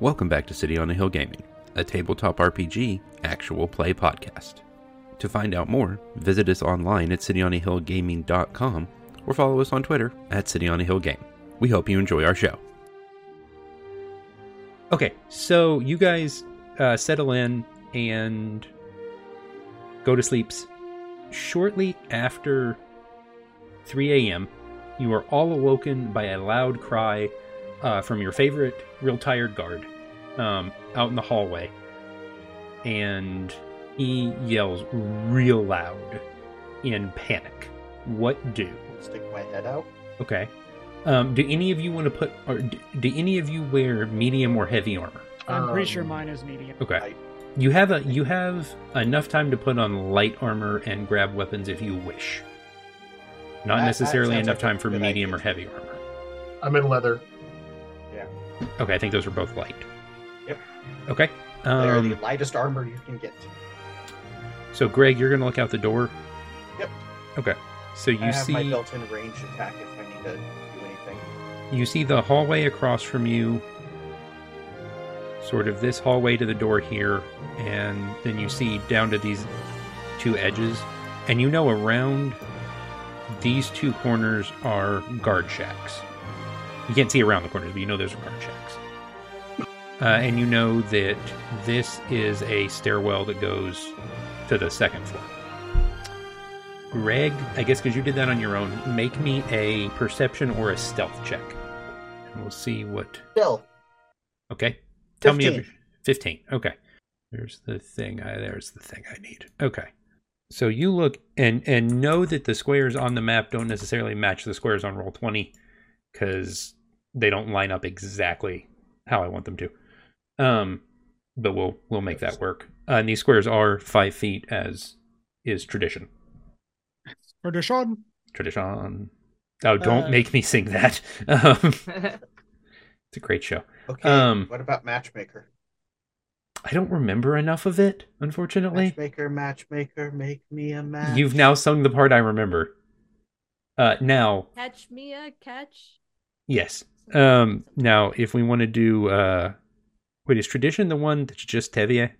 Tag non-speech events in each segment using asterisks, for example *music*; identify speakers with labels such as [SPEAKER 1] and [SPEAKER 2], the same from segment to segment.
[SPEAKER 1] Welcome back to City on a Hill Gaming, a tabletop RPG actual play podcast. To find out more, visit us online at cityonahillgaming.com or follow us on Twitter at cityonahillgame. We hope you enjoy our show.
[SPEAKER 2] Okay, so you guys uh, settle in and go to sleeps. Shortly after 3 a.m., you are all awoken by a loud cry uh, from your favorite real tired guard um, out in the hallway. And he yells real loud in panic. What do?
[SPEAKER 3] Stick my head out.
[SPEAKER 2] Okay. Um, do any of you want to put, or do, do any of you wear medium or heavy armor?
[SPEAKER 4] I'm pretty sure
[SPEAKER 3] Um,
[SPEAKER 4] mine is medium.
[SPEAKER 2] Okay.
[SPEAKER 3] Light.
[SPEAKER 2] You have a you have enough time to put on light armor and grab weapons if you wish. Not
[SPEAKER 3] That- that
[SPEAKER 2] necessarily
[SPEAKER 3] sounds
[SPEAKER 2] enough
[SPEAKER 3] like a
[SPEAKER 2] time for
[SPEAKER 3] good
[SPEAKER 2] medium
[SPEAKER 3] idea.
[SPEAKER 2] or heavy armor.
[SPEAKER 5] I'm in leather.
[SPEAKER 2] Okay, I think those are both light.
[SPEAKER 3] Yep.
[SPEAKER 2] Okay.
[SPEAKER 3] They are the
[SPEAKER 2] Um,
[SPEAKER 3] lightest armor you can get.
[SPEAKER 2] so Greg, you're gonna look out the door.
[SPEAKER 3] Yep.
[SPEAKER 2] Okay. So
[SPEAKER 3] I
[SPEAKER 2] you
[SPEAKER 3] have my
[SPEAKER 2] see
[SPEAKER 3] built-in range attack if I need to do anything.
[SPEAKER 2] you see the hallway across from you, sort of this hallway to the door here, and then you see down to these two edges, and you know around these two corners are guard shacks. You can't see around the corners, but you know those are guard shacks. Uh, and you know that this is a stairwell that goes to the second floor. Greg, I guess because you did that on your own, make me a perception or a stealth check. And we'll see what.
[SPEAKER 3] Bill,
[SPEAKER 2] Okay. Tell me. If,
[SPEAKER 3] 15.
[SPEAKER 2] 15. Okay. There's the thing. I, there's the thing I need. Okay. So you look and and know that the squares on the map don't necessarily match the squares on roll 20 cuz they don't line up exactly how I want them to. Um but we'll we'll make that work. Uh, and these squares are 5 feet as is tradition.
[SPEAKER 4] For Deshaun,
[SPEAKER 2] Tradition. Oh, don't
[SPEAKER 4] Uh.
[SPEAKER 2] make me sing that. *laughs* Um, it's a great show.
[SPEAKER 3] okay.
[SPEAKER 2] Um,
[SPEAKER 3] what about matchmaker?
[SPEAKER 2] I don't remember enough of it, unfortunately.
[SPEAKER 3] Matchmaker, matchmaker, make me a match.
[SPEAKER 2] You've now sung the part I remember. Uh, now,
[SPEAKER 6] Catch me a catch.
[SPEAKER 2] yes. Um, now, if we want to do, uh, wait, is tradition the one that's just Tevye?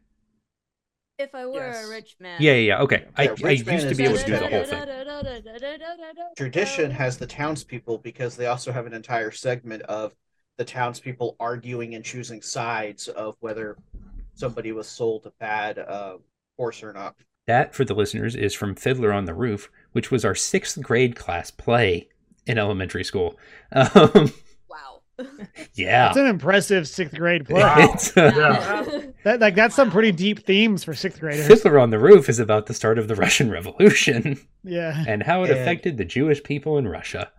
[SPEAKER 6] If I were
[SPEAKER 4] Yes.
[SPEAKER 6] a rich man.
[SPEAKER 2] Yeah, yeah, yeah. Okay, I,
[SPEAKER 3] Yeah,
[SPEAKER 2] I
[SPEAKER 3] Rich
[SPEAKER 2] used
[SPEAKER 3] Man
[SPEAKER 2] to
[SPEAKER 3] is
[SPEAKER 2] be able to do the whole thing.
[SPEAKER 6] thing.
[SPEAKER 3] Tradition has the townspeople because they also have an entire segment of the townspeople arguing and choosing sides of whether somebody was sold a bad uh, horse or not.
[SPEAKER 2] That, for the listeners, is from Fiddler on the Roof, which was our sixth grade class play in elementary school. *laughs* Um,
[SPEAKER 6] Wow.
[SPEAKER 2] yeah,
[SPEAKER 4] it's an impressive sixth
[SPEAKER 2] *laughs*
[SPEAKER 4] grade play.
[SPEAKER 2] It's, uh,
[SPEAKER 4] That like that's some pretty deep themes for sixth graders.
[SPEAKER 2] Fiddler on the Roof is about the start of the Russian Revolution *laughs*
[SPEAKER 4] yeah.
[SPEAKER 2] and how it
[SPEAKER 3] And-
[SPEAKER 2] affected the Jewish people in Russia.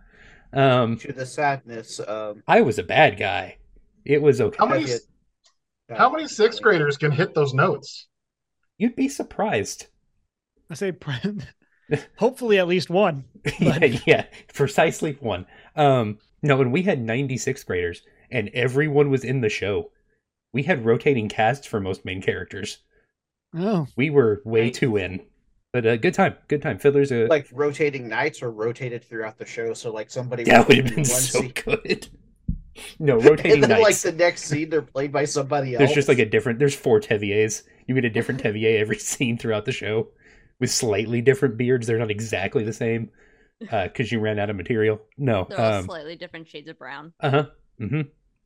[SPEAKER 2] Um,
[SPEAKER 3] To the sadness of
[SPEAKER 2] I was a bad guy. It was okay.
[SPEAKER 3] Oh.
[SPEAKER 5] How many
[SPEAKER 3] uh,
[SPEAKER 5] how many sixth graders can hit those notes?
[SPEAKER 2] You'd be surprised. *laughs*
[SPEAKER 4] I say pr- hopefully at least one.
[SPEAKER 2] yeah, yeah, precisely one. Um, no, and we had 96th graders, and everyone was in the show. We had rotating casts for most main characters.
[SPEAKER 4] Oh.
[SPEAKER 2] We were way
[SPEAKER 6] Nice.
[SPEAKER 2] too in, but uh, good time, good time. Fiddler's uh, a
[SPEAKER 3] like rotating nights or rotated throughout the show. So like somebody
[SPEAKER 2] *laughs* that would
[SPEAKER 3] would
[SPEAKER 2] have been
[SPEAKER 3] do
[SPEAKER 2] so
[SPEAKER 3] scene,
[SPEAKER 2] good. No,
[SPEAKER 3] and
[SPEAKER 2] *laughs* rotating
[SPEAKER 3] then *laughs* like
[SPEAKER 2] nights.
[SPEAKER 3] the next scene they're played by somebody else.
[SPEAKER 2] There's just like a different. There's four Teviers. You get
[SPEAKER 3] *laughs*
[SPEAKER 2] a different Tevier every scene throughout the show, with slightly different beards. They're not exactly the same
[SPEAKER 3] *laughs*
[SPEAKER 2] because you ran out of material. No,
[SPEAKER 6] They're all
[SPEAKER 2] um,
[SPEAKER 6] slightly different shades of brown.
[SPEAKER 2] uh huh, hmm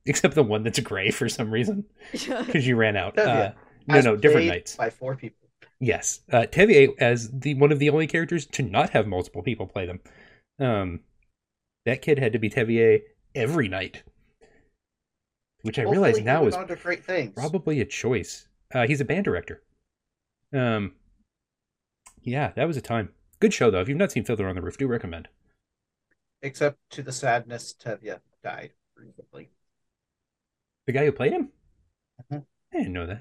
[SPEAKER 2] except the one that's gray for some reason because you ran out. Uh,
[SPEAKER 3] Tevier.
[SPEAKER 2] no,
[SPEAKER 3] As
[SPEAKER 2] no, different
[SPEAKER 3] played
[SPEAKER 2] nights.
[SPEAKER 3] by four people.
[SPEAKER 2] Yes, uh, Tevier as the one of the only characters to not have multiple people play them. Um, that kid had to be Tevier every night, which I realize
[SPEAKER 3] Hopefully
[SPEAKER 2] now
[SPEAKER 3] he
[SPEAKER 2] is
[SPEAKER 3] went on to great things.
[SPEAKER 2] probably a choice. Uh, he's a band director. Um, yeah, that was a time. Good show though. If you've not seen Fiddler on the Roof, do recommend.
[SPEAKER 3] except to the sadness, Tevya died recently.
[SPEAKER 2] The guy who played him.
[SPEAKER 3] Mhm.
[SPEAKER 2] I didn't know that.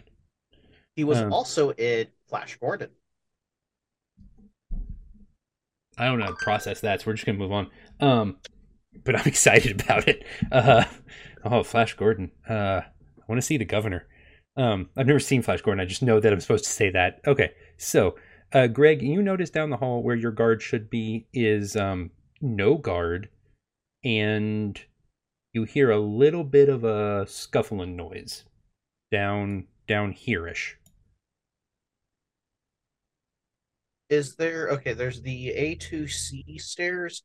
[SPEAKER 3] He was
[SPEAKER 2] Um,
[SPEAKER 3] also in Flash Gordon.
[SPEAKER 2] I don't know how to process that, so we're just gonna move on. Um, but I'm *laughs* excited about it. Uh, oh, Flash Gordon. Uh, I want to see the governor. Um, I've never seen Flash Gordon. I just know that I'm supposed to say that. Okay, so uh, Greg, you notice down the hall where your guard should be is um, no guard, and you hear a little bit of a scuffling noise down down hereish.
[SPEAKER 3] Is there okay? There's the A two C stairs.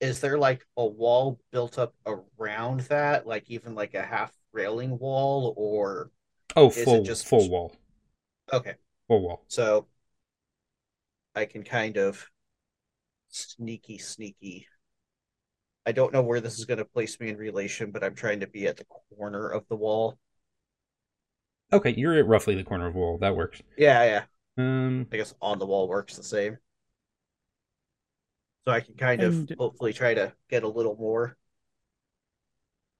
[SPEAKER 3] Is there like a wall built up around that, like even like a half railing wall, or
[SPEAKER 2] Oh,
[SPEAKER 3] Is it
[SPEAKER 2] full
[SPEAKER 3] just-
[SPEAKER 2] full wall,
[SPEAKER 3] okay?
[SPEAKER 2] full wall.
[SPEAKER 3] So I can kind of sneaky, sneaky. I don't know where this is going to place me in relation, but I'm trying to be at the corner of the wall.
[SPEAKER 2] Okay, you're at roughly the corner of the wall. That works.
[SPEAKER 3] Yeah, yeah.
[SPEAKER 2] Um,
[SPEAKER 3] I guess on the wall works the same. So I can kind
[SPEAKER 4] And-
[SPEAKER 3] of hopefully try to get a little more.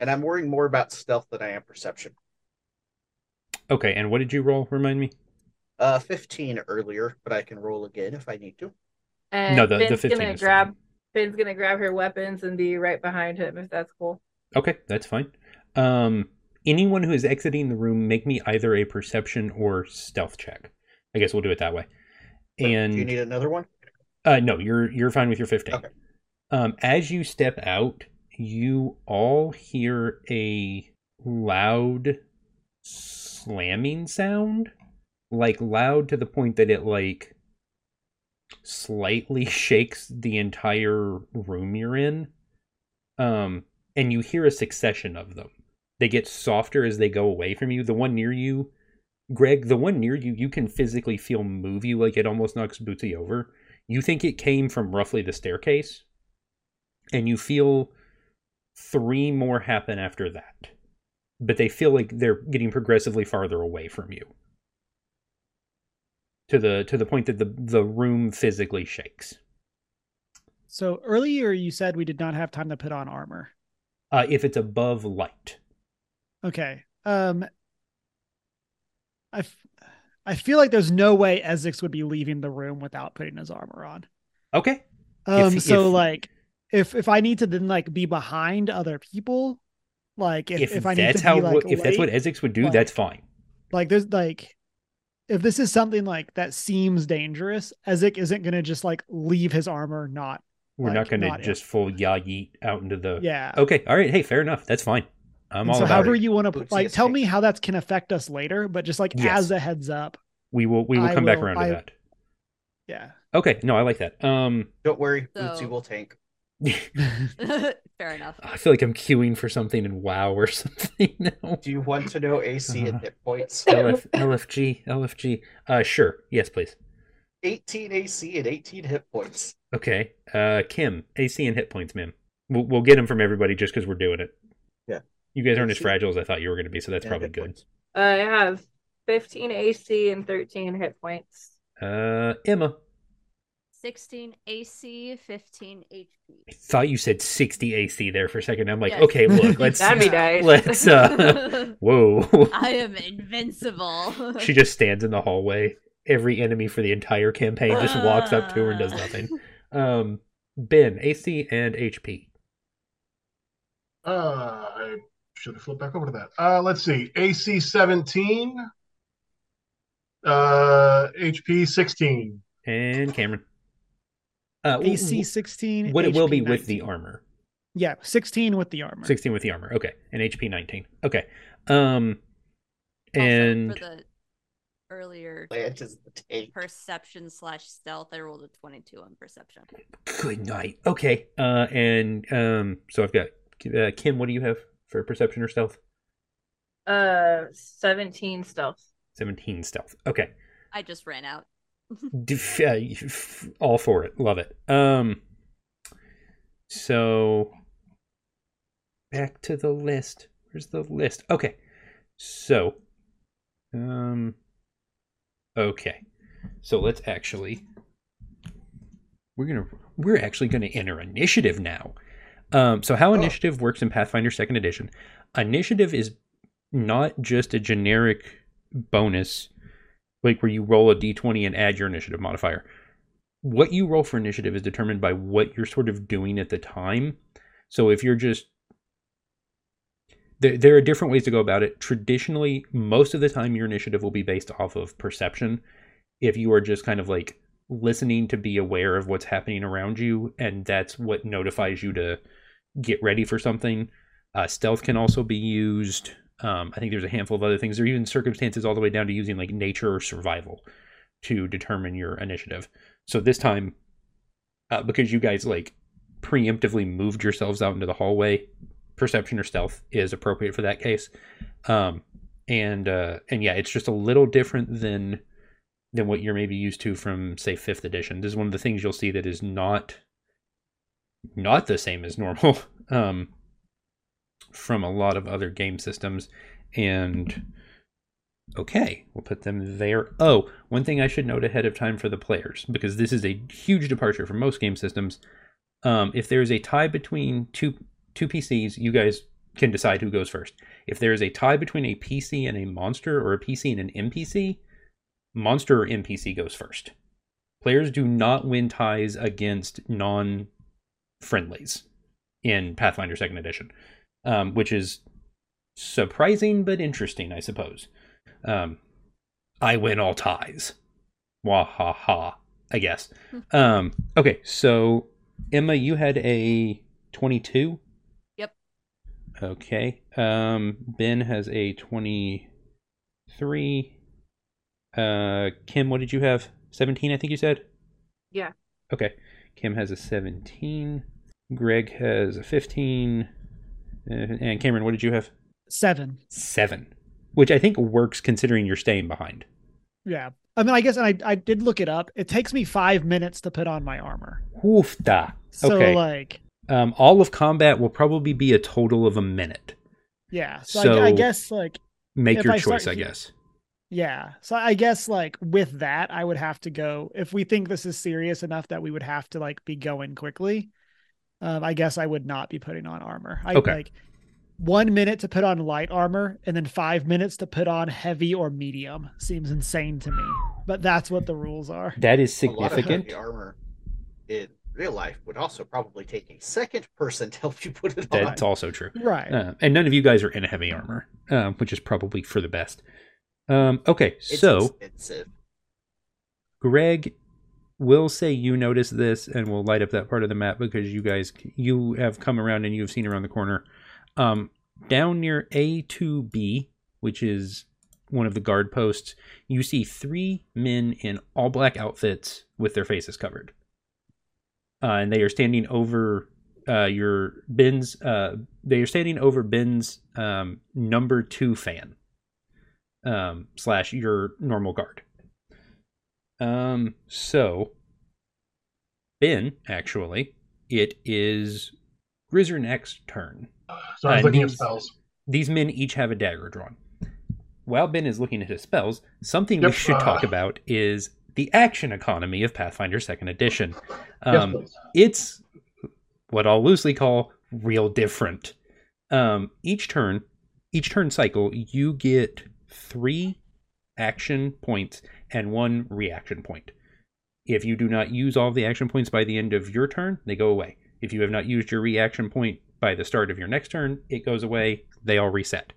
[SPEAKER 3] And I'm worrying more about stealth than I am perception.
[SPEAKER 2] okay, and what did you roll? Remind me.
[SPEAKER 3] Uh, 15 earlier, but I can roll again if I need to.
[SPEAKER 7] And
[SPEAKER 2] No, the- the
[SPEAKER 7] Finn's
[SPEAKER 2] 15
[SPEAKER 7] gonna
[SPEAKER 2] is fine.
[SPEAKER 7] grab Finn's gonna grab her weapons and be right behind him if that's cool.
[SPEAKER 2] Okay, that's fine. Um, anyone who is exiting the room, make me either a perception or stealth check. I guess we'll do it that way. And
[SPEAKER 3] Do you need another one?
[SPEAKER 2] Uh, no, you're you're fine with your fifteen.
[SPEAKER 3] Okay.
[SPEAKER 2] Um, as you step out, you all hear a loud slamming sound, like loud to the point that it like slightly *laughs* shakes the entire room you're in. Um, and you hear a succession of them. They get softer as they go away from you. The one near you, Greg, the one near you, you can physically feel move you like it almost knocks Bootsy over you think it came from roughly the staircase and you feel three more happen after that but they feel like they're getting progressively farther away from you to the to the point that the the room physically shakes
[SPEAKER 4] So earlier you said we did not have time to put on armor.
[SPEAKER 2] uh if it's above light
[SPEAKER 4] Okay. Um I f- I feel like there's no way Essex would be leaving the room without putting his armor on.
[SPEAKER 2] okay
[SPEAKER 4] Um
[SPEAKER 2] If-
[SPEAKER 4] so
[SPEAKER 2] if-
[SPEAKER 4] like if if I need to then like be behind other people, like if,
[SPEAKER 2] if,
[SPEAKER 4] if, I need
[SPEAKER 2] that's
[SPEAKER 4] to
[SPEAKER 2] how
[SPEAKER 4] be like
[SPEAKER 2] if that's what
[SPEAKER 4] late,
[SPEAKER 2] Essex would do
[SPEAKER 4] like-
[SPEAKER 2] that's fine
[SPEAKER 4] like there's like if this is something like that seems dangerous, Ezek isn't gonna just like leave his armor not
[SPEAKER 2] we're not
[SPEAKER 4] like,
[SPEAKER 2] going to
[SPEAKER 4] not in.
[SPEAKER 2] just full ya yeet out into the
[SPEAKER 4] yeah.
[SPEAKER 2] okay all right hey fair enough that's fine Uh, oh, i'm
[SPEAKER 4] And
[SPEAKER 2] all
[SPEAKER 4] so
[SPEAKER 2] about
[SPEAKER 4] however
[SPEAKER 2] it
[SPEAKER 4] you want to
[SPEAKER 3] Bootsy
[SPEAKER 4] like
[SPEAKER 3] is
[SPEAKER 4] tell
[SPEAKER 3] safe.
[SPEAKER 4] me how that can affect us later, but just like
[SPEAKER 2] Yes.
[SPEAKER 4] as a heads up.
[SPEAKER 2] we will we will
[SPEAKER 4] I
[SPEAKER 2] come back
[SPEAKER 4] will-
[SPEAKER 2] around
[SPEAKER 4] I-
[SPEAKER 2] to that
[SPEAKER 4] Yeah.
[SPEAKER 2] Okay, no, I like that. Um,
[SPEAKER 3] Don't worry,
[SPEAKER 6] So-
[SPEAKER 3] Bootsy will tank.
[SPEAKER 2] *laughs*
[SPEAKER 6] Fair enough.
[SPEAKER 2] I feel like I'm queuing for something in WoW or *laughs* something now.
[SPEAKER 3] Do you want to know AC
[SPEAKER 2] *laughs* Uh-huh.
[SPEAKER 3] and hit points?
[SPEAKER 2] LF, LFG, LFG. Uh, sure. Yes, please.
[SPEAKER 3] 18 AC and 18 hit points.
[SPEAKER 2] Okay. Uh, Kim, AC and hit points, ma'am. We'll, we'll get them from everybody just because we're doing it.
[SPEAKER 3] Yeah.
[SPEAKER 2] You guys aren't as
[SPEAKER 3] AC.
[SPEAKER 2] fragile as I thought you were going to be, so that's
[SPEAKER 3] and
[SPEAKER 2] probably
[SPEAKER 3] hit
[SPEAKER 2] good.
[SPEAKER 3] points.
[SPEAKER 7] Uh, I have 15 AC and 13 hit points.
[SPEAKER 2] Uh, Emma,
[SPEAKER 6] 16 AC, 15 HP.
[SPEAKER 2] I thought you said 60 AC there for a second. I'm like,
[SPEAKER 6] Yes. *laughs*
[SPEAKER 2] okay, look, let's.
[SPEAKER 7] That'd be
[SPEAKER 6] Yeah.
[SPEAKER 7] nice.
[SPEAKER 6] *laughs*
[SPEAKER 2] let's uh, whoa.
[SPEAKER 6] I am invincible.
[SPEAKER 2] she just stands in the hallway. Every enemy for the entire campaign just walks up to her and does nothing. Um, Ben, AC and HP.
[SPEAKER 5] Uh, I should have flipped back over to that. Uh, let's see. AC 17. Uh, HP 16.
[SPEAKER 2] And Cameron. Uh, w-
[SPEAKER 4] AC sixteen.
[SPEAKER 2] what it will
[SPEAKER 4] HP
[SPEAKER 2] be with the
[SPEAKER 4] 19.
[SPEAKER 2] armor.
[SPEAKER 4] Yeah, sixteen with the armor.
[SPEAKER 2] 16 with the armor. Okay. And HP 19. Okay. Um,
[SPEAKER 6] Also,
[SPEAKER 2] and
[SPEAKER 6] for the earlier
[SPEAKER 3] Plant is the tank.
[SPEAKER 6] perception slash stealth, I rolled a twenty-two on perception.
[SPEAKER 2] good night. Okay. Uh, and um, so I've got uh, Kim, what do you have for perception or stealth?
[SPEAKER 7] Uh,
[SPEAKER 2] *laughs*
[SPEAKER 7] 17 stealth. *laughs*
[SPEAKER 2] 17 stealth. Okay.
[SPEAKER 6] I just ran out.
[SPEAKER 2] Def- uh, f- all for it love it um so back to the list where's the list okay so um okay so let's actually we're gonna we're actually gonna enter initiative now um so how
[SPEAKER 5] Oh.
[SPEAKER 2] initiative works in pathfinder second edition initiative is not just a generic bonus like where you roll a d20 and add your initiative modifier. What you roll for initiative is determined by what you're sort of doing at the time. So if you're just there, there are different ways to go about it. Traditionally, most of the time your initiative will be based off of perception. If you are just kind of like listening to be aware of what's happening around you and that's what notifies you to get ready for something. Uh, stealth can also be used. Um, I think there's a handful of other things. There are even circumstances all the way down to using like nature or survival to determine your initiative. So this time, uh, because you guys like preemptively moved yourselves out into the hallway, perception or stealth is appropriate for that case. Um, and uh, and yeah, it's just a little different than than what you're maybe used to from say fifth edition. This is one of the things you'll see that is not not the same as normal *laughs* um, from a lot of other game systems. And okay, we'll put them there. Oh, one thing I should note ahead of time for the players, because this is a huge departure from most game systems. Um, if there is a tie between two two PCs, you guys can decide who goes first. If there is a tie between a PC and a monster, or a PC and an NPC, monster or NPC goes first. Players do not win ties against non friendlies in Pathfinder Second Edition, um, which is surprising but interesting, I suppose. Um, I win all ties. Wah ha ha. I guess. Um, okay, so Emma, you had a twenty-two.
[SPEAKER 6] Yep.
[SPEAKER 2] Okay. Um, ben has a twenty-three. Uh, Kim, what did you have? Seventeen, I think you said.
[SPEAKER 7] Yeah.
[SPEAKER 2] Okay. Kim has a 17. Greg has a 15. uh, And Cameron, what did you have?
[SPEAKER 4] Seven.
[SPEAKER 2] Seven. Which I think works considering you're staying behind.
[SPEAKER 4] Yeah. I mean, I guess, and I, I did look it up. It takes me five minutes to put on my armor.
[SPEAKER 2] Woofta.
[SPEAKER 4] So,
[SPEAKER 2] Okay.
[SPEAKER 4] like,
[SPEAKER 2] Um, all of combat will probably be a total of a minute.
[SPEAKER 4] yeah. So, I, I
[SPEAKER 2] So-
[SPEAKER 4] guess, like,
[SPEAKER 2] Make
[SPEAKER 4] If
[SPEAKER 2] your
[SPEAKER 4] I start
[SPEAKER 2] choice, I
[SPEAKER 4] here-
[SPEAKER 2] guess.
[SPEAKER 4] yeah. So I guess, like, with that, I would have to go. If we think this is serious enough that we would have to, like, be going quickly, um, I guess I would not be putting on armor. I
[SPEAKER 2] Okay.
[SPEAKER 4] like one minute to put on light armor and then five minutes to put on heavy or medium seems insane to me. But that's what the rules are.
[SPEAKER 2] That is
[SPEAKER 3] A lot of
[SPEAKER 2] significant.
[SPEAKER 3] heavy armor in real life would also probably take a second person to help you put it on.
[SPEAKER 2] That's also true.
[SPEAKER 4] Right.
[SPEAKER 2] Uh, and none of you guys are in heavy armor, um, which is probably for the best. Um, okay,
[SPEAKER 3] It's
[SPEAKER 2] so.
[SPEAKER 3] expensive.
[SPEAKER 2] Greg will say you notice this and we will light up that part of the map because you guys you have come around and you've seen around the corner um down near A2B which is one of the guard posts you see three men in all black outfits with their faces covered uh, and they are standing over uh your Ben's uh they are standing over Ben's um number 2 fan um slash your normal guard um, so Ben, actually, it is Grizzernek's turn.
[SPEAKER 5] So I was
[SPEAKER 2] I
[SPEAKER 5] looking at
[SPEAKER 2] need-
[SPEAKER 5] spells.
[SPEAKER 2] These men each have a dagger drawn. While Ben is looking at his spells, something we
[SPEAKER 5] Yep,
[SPEAKER 2] should
[SPEAKER 5] uh.
[SPEAKER 2] talk about is the action economy of Pathfinder Second Edition.
[SPEAKER 5] Yes,
[SPEAKER 2] Um,
[SPEAKER 5] please.
[SPEAKER 2] it's what I'll loosely call real different. Um, each turn, each turn cycle, you get three action points and one reaction point. If you do not use all of the action points by the end of your turn, they go away. If you have not used your reaction point by the start of your next turn, it goes away. They all reset.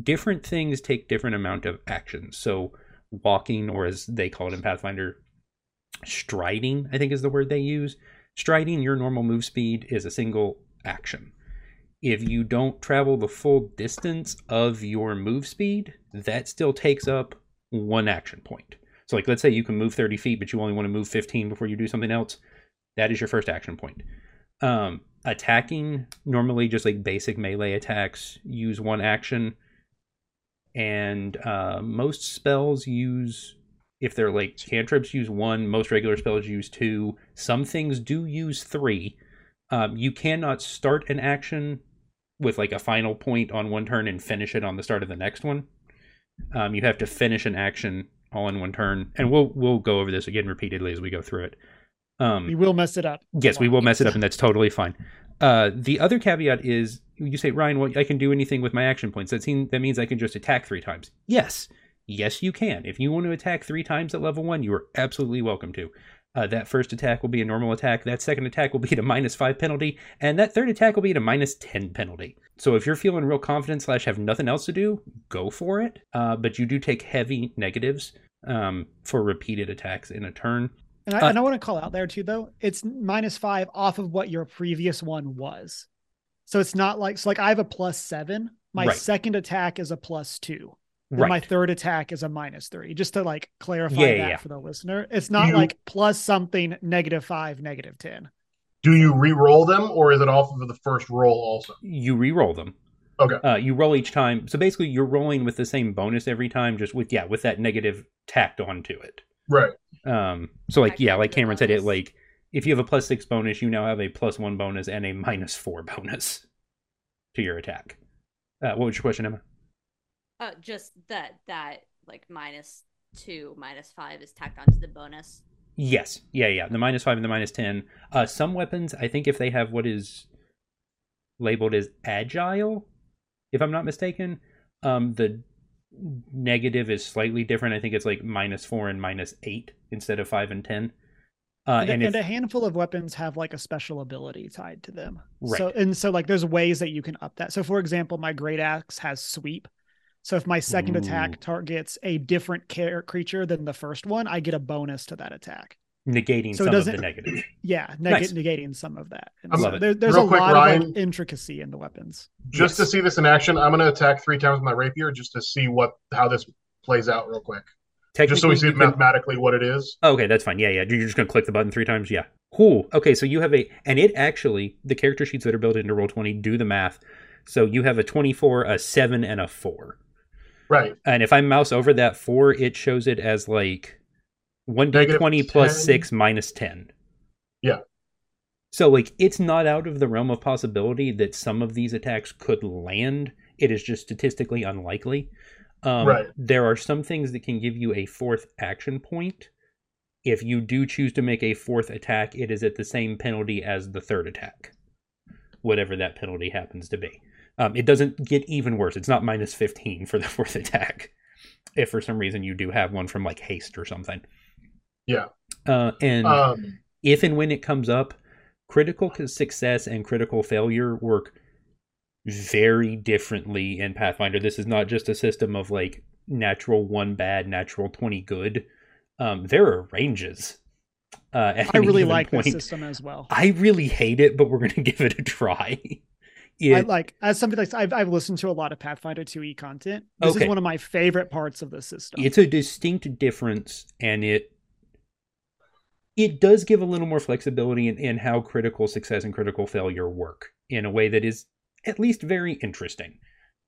[SPEAKER 2] Different things take different amount of actions. So walking, or as they call it in Pathfinder, striding, I think is the word they use. Striding your normal move speed is a single action. If you don't travel the full distance of your move speed, that still takes up one action point. So, like, let's say you can move 30 feet, but you only want to move 15 before you do something else. That is your first action point. Um, attacking, normally just like basic melee attacks, use one action. And uh, most spells use if they're like cantrips use one most regular spells use two some things do use three um, you cannot start an action with like a final point on one turn and finish it on the start of the next one um, you have to finish an action all in one turn and we'll we'll go over this again repeatedly as we go through it um,
[SPEAKER 4] we will mess it up.
[SPEAKER 2] Yes, we will mess it up, and that's totally fine. Uh, the other caveat is you say, Ryan, well, I can do anything with my action points. That, seem, that means I can just attack three times. Yes, yes, you can. If you want to attack three times at level one, you are absolutely welcome to. Uh, that first attack will be a normal attack. That second attack will be at a minus five penalty, and that third attack will be at a minus ten penalty. So if you're feeling real confident slash have nothing else to do, go for it. Uh, but you do take heavy negatives um, for repeated attacks in a turn.
[SPEAKER 4] And I,
[SPEAKER 2] Uh,
[SPEAKER 4] and I want to call out there too, though. It's minus five off of what your previous one was. So it's not like, so like I have a plus seven, My
[SPEAKER 2] Right.
[SPEAKER 4] second attack is a plus two. and
[SPEAKER 2] Right.
[SPEAKER 4] My third attack is a minus three. Just to like clarify
[SPEAKER 2] Yeah, yeah,
[SPEAKER 4] that
[SPEAKER 2] yeah.
[SPEAKER 4] for the listener, it's not
[SPEAKER 5] You-
[SPEAKER 4] like plus something, negative five, negative ten.
[SPEAKER 5] Do you re-roll them, or is it off of the first roll also?
[SPEAKER 2] you re-roll them.
[SPEAKER 5] Okay.
[SPEAKER 2] Uh, you roll each time. So basically, you're rolling with the same bonus every time, just with yeah, with that negative tacked onto it.
[SPEAKER 5] Right.
[SPEAKER 2] Um. So like yeah,
[SPEAKER 6] Actually,
[SPEAKER 2] like
[SPEAKER 6] the
[SPEAKER 2] Cameron said, it
[SPEAKER 6] bonus.
[SPEAKER 2] like if you have a plus six bonus, you now have a plus one bonus and a minus four bonus *laughs* to your attack. Uh, what was your question, Emma?
[SPEAKER 6] Uh, just that that like minus two, minus five is tacked onto the bonus.
[SPEAKER 2] Yes. Yeah, yeah. The minus five and the minus ten. Uh, some weapons, I think, if they have what is labeled as agile, if I'm not mistaken, um, the negative is slightly different. I think it's like minus four and minus eight instead of five and ten. Uh,
[SPEAKER 4] and,
[SPEAKER 2] and
[SPEAKER 4] a-
[SPEAKER 2] if,
[SPEAKER 4] and a handful of weapons have like a special ability tied to them. So
[SPEAKER 2] Right.
[SPEAKER 4] and so like there's ways that you can up that. So for example, my great axe has sweep. So if my second
[SPEAKER 2] Ooh.
[SPEAKER 4] attack targets a different care creature than the first one, I get a bonus to that attack.
[SPEAKER 2] negating
[SPEAKER 4] so it
[SPEAKER 2] some of the
[SPEAKER 4] doesn't-
[SPEAKER 2] negative.
[SPEAKER 4] *clears throat* Yeah, neg-
[SPEAKER 2] Nice.
[SPEAKER 4] negating some of that. And
[SPEAKER 5] I
[SPEAKER 4] so
[SPEAKER 2] love it.
[SPEAKER 4] there- there's
[SPEAKER 5] Real
[SPEAKER 4] a
[SPEAKER 5] quick,
[SPEAKER 4] lot of
[SPEAKER 5] Ryan.
[SPEAKER 4] like intricacy in the weapons.
[SPEAKER 5] Just to
[SPEAKER 2] Yes.
[SPEAKER 5] see this in action, I'm going to attack three times with my rapier just to see what how this plays out real quick. Just so we
[SPEAKER 2] Technically,
[SPEAKER 5] see
[SPEAKER 2] you can-
[SPEAKER 5] mathematically what it is.
[SPEAKER 2] Okay, that's fine. Yeah, yeah. You're just gonna click the button three times. Yeah. Cool. Okay, so you have a, and it actually the character sheets that are built into Roll Twenty do the math. So you have a twenty-four, a seven, and a four.
[SPEAKER 5] Right.
[SPEAKER 2] And if I mouse over that four, it shows it as like one d
[SPEAKER 5] Negative
[SPEAKER 2] twenty plus
[SPEAKER 5] 10.
[SPEAKER 2] six minus ten.
[SPEAKER 5] Yeah.
[SPEAKER 2] So like it's not out of the realm of possibility that some of these attacks could land. It is just statistically unlikely. Um,
[SPEAKER 5] Right.
[SPEAKER 2] There are some things that can give you a fourth action point. If you do choose to make a fourth attack, it is at the same penalty as the third attack, whatever that penalty happens to be. Um, it doesn't get even worse. It's not minus 15 for the *laughs* fourth attack if for some reason you do have one from like haste or something.
[SPEAKER 5] Yeah.
[SPEAKER 2] Uh, and
[SPEAKER 5] Um,
[SPEAKER 2] if and when it comes up, critical c- success and critical failure work very differently in Pathfinder. This is not just a system of like natural one bad, natural 20 good. Um, there are ranges. Uh, at
[SPEAKER 4] I
[SPEAKER 2] any
[SPEAKER 4] really
[SPEAKER 2] given
[SPEAKER 4] like
[SPEAKER 2] point.
[SPEAKER 4] this system as well.
[SPEAKER 2] I really hate it, but we're going to *laughs* give it a try.
[SPEAKER 4] I
[SPEAKER 2] It-
[SPEAKER 4] like as something like I've I've listened to a lot of Pathfinder 2e content. This
[SPEAKER 2] Okay.
[SPEAKER 4] is one of my favorite parts of the system.
[SPEAKER 2] it's a distinct difference and it it does give a little more flexibility in, in how critical success and critical failure work in a way that is at least very interesting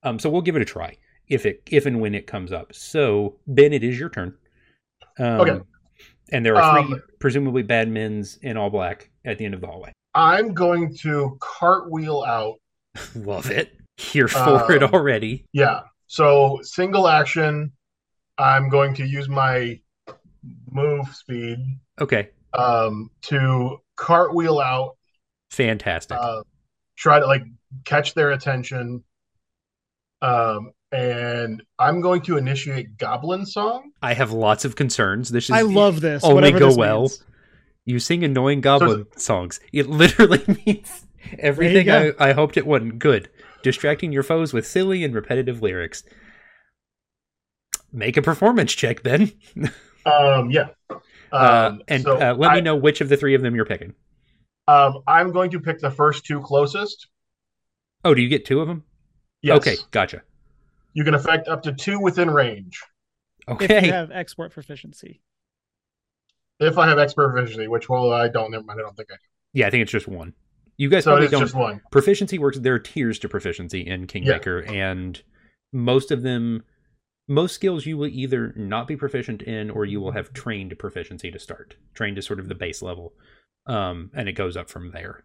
[SPEAKER 2] um so we'll give it a try if it if and when it comes up so ben it is your turn um,
[SPEAKER 5] Okay.
[SPEAKER 2] and there are three
[SPEAKER 5] Um,
[SPEAKER 2] presumably bad men's in all black at the end of the hallway
[SPEAKER 5] I'm going to cartwheel out.
[SPEAKER 2] love it here for it
[SPEAKER 5] Um,
[SPEAKER 2] already
[SPEAKER 5] Yeah. So single action, I'm going to use my move speed
[SPEAKER 2] okay
[SPEAKER 5] um, to cartwheel out
[SPEAKER 2] fantastic
[SPEAKER 5] uh, try to like catch their attention. Um, and I'm going to initiate Goblin Song.
[SPEAKER 2] i have lots of concerns this is
[SPEAKER 4] I love this.
[SPEAKER 2] only
[SPEAKER 4] whatever
[SPEAKER 2] go
[SPEAKER 4] this
[SPEAKER 2] well.
[SPEAKER 4] means.
[SPEAKER 2] You sing annoying goblin songs. It literally *laughs* means everything I,
[SPEAKER 4] go.
[SPEAKER 2] I hoped it wouldn't. Good. Distracting your foes with silly and repetitive lyrics. Make a performance check, Ben.
[SPEAKER 5] Um, yeah.
[SPEAKER 2] Uh,
[SPEAKER 5] Um,
[SPEAKER 2] and
[SPEAKER 5] so
[SPEAKER 2] uh, let
[SPEAKER 5] I-
[SPEAKER 2] me know which of the three of them you're picking.
[SPEAKER 5] Um, I'm going to pick the first two closest.
[SPEAKER 2] Oh, do you get two of them?
[SPEAKER 5] Yes.
[SPEAKER 2] Okay, gotcha.
[SPEAKER 5] You can affect up to two within range
[SPEAKER 4] If you
[SPEAKER 2] Okay.
[SPEAKER 4] have export proficiency.
[SPEAKER 5] if I have expert proficiency, which well I don't. Never mind. I don't think I do.
[SPEAKER 2] yeah, I think it's just one. You guys
[SPEAKER 5] So
[SPEAKER 2] probably
[SPEAKER 5] it's
[SPEAKER 2] don't.
[SPEAKER 5] just one.
[SPEAKER 2] proficiency works there are tiers to proficiency in kingmaker and most of them most skills you will either not be proficient in or you will have trained proficiency to start trained is sort of the base level um and it goes up from there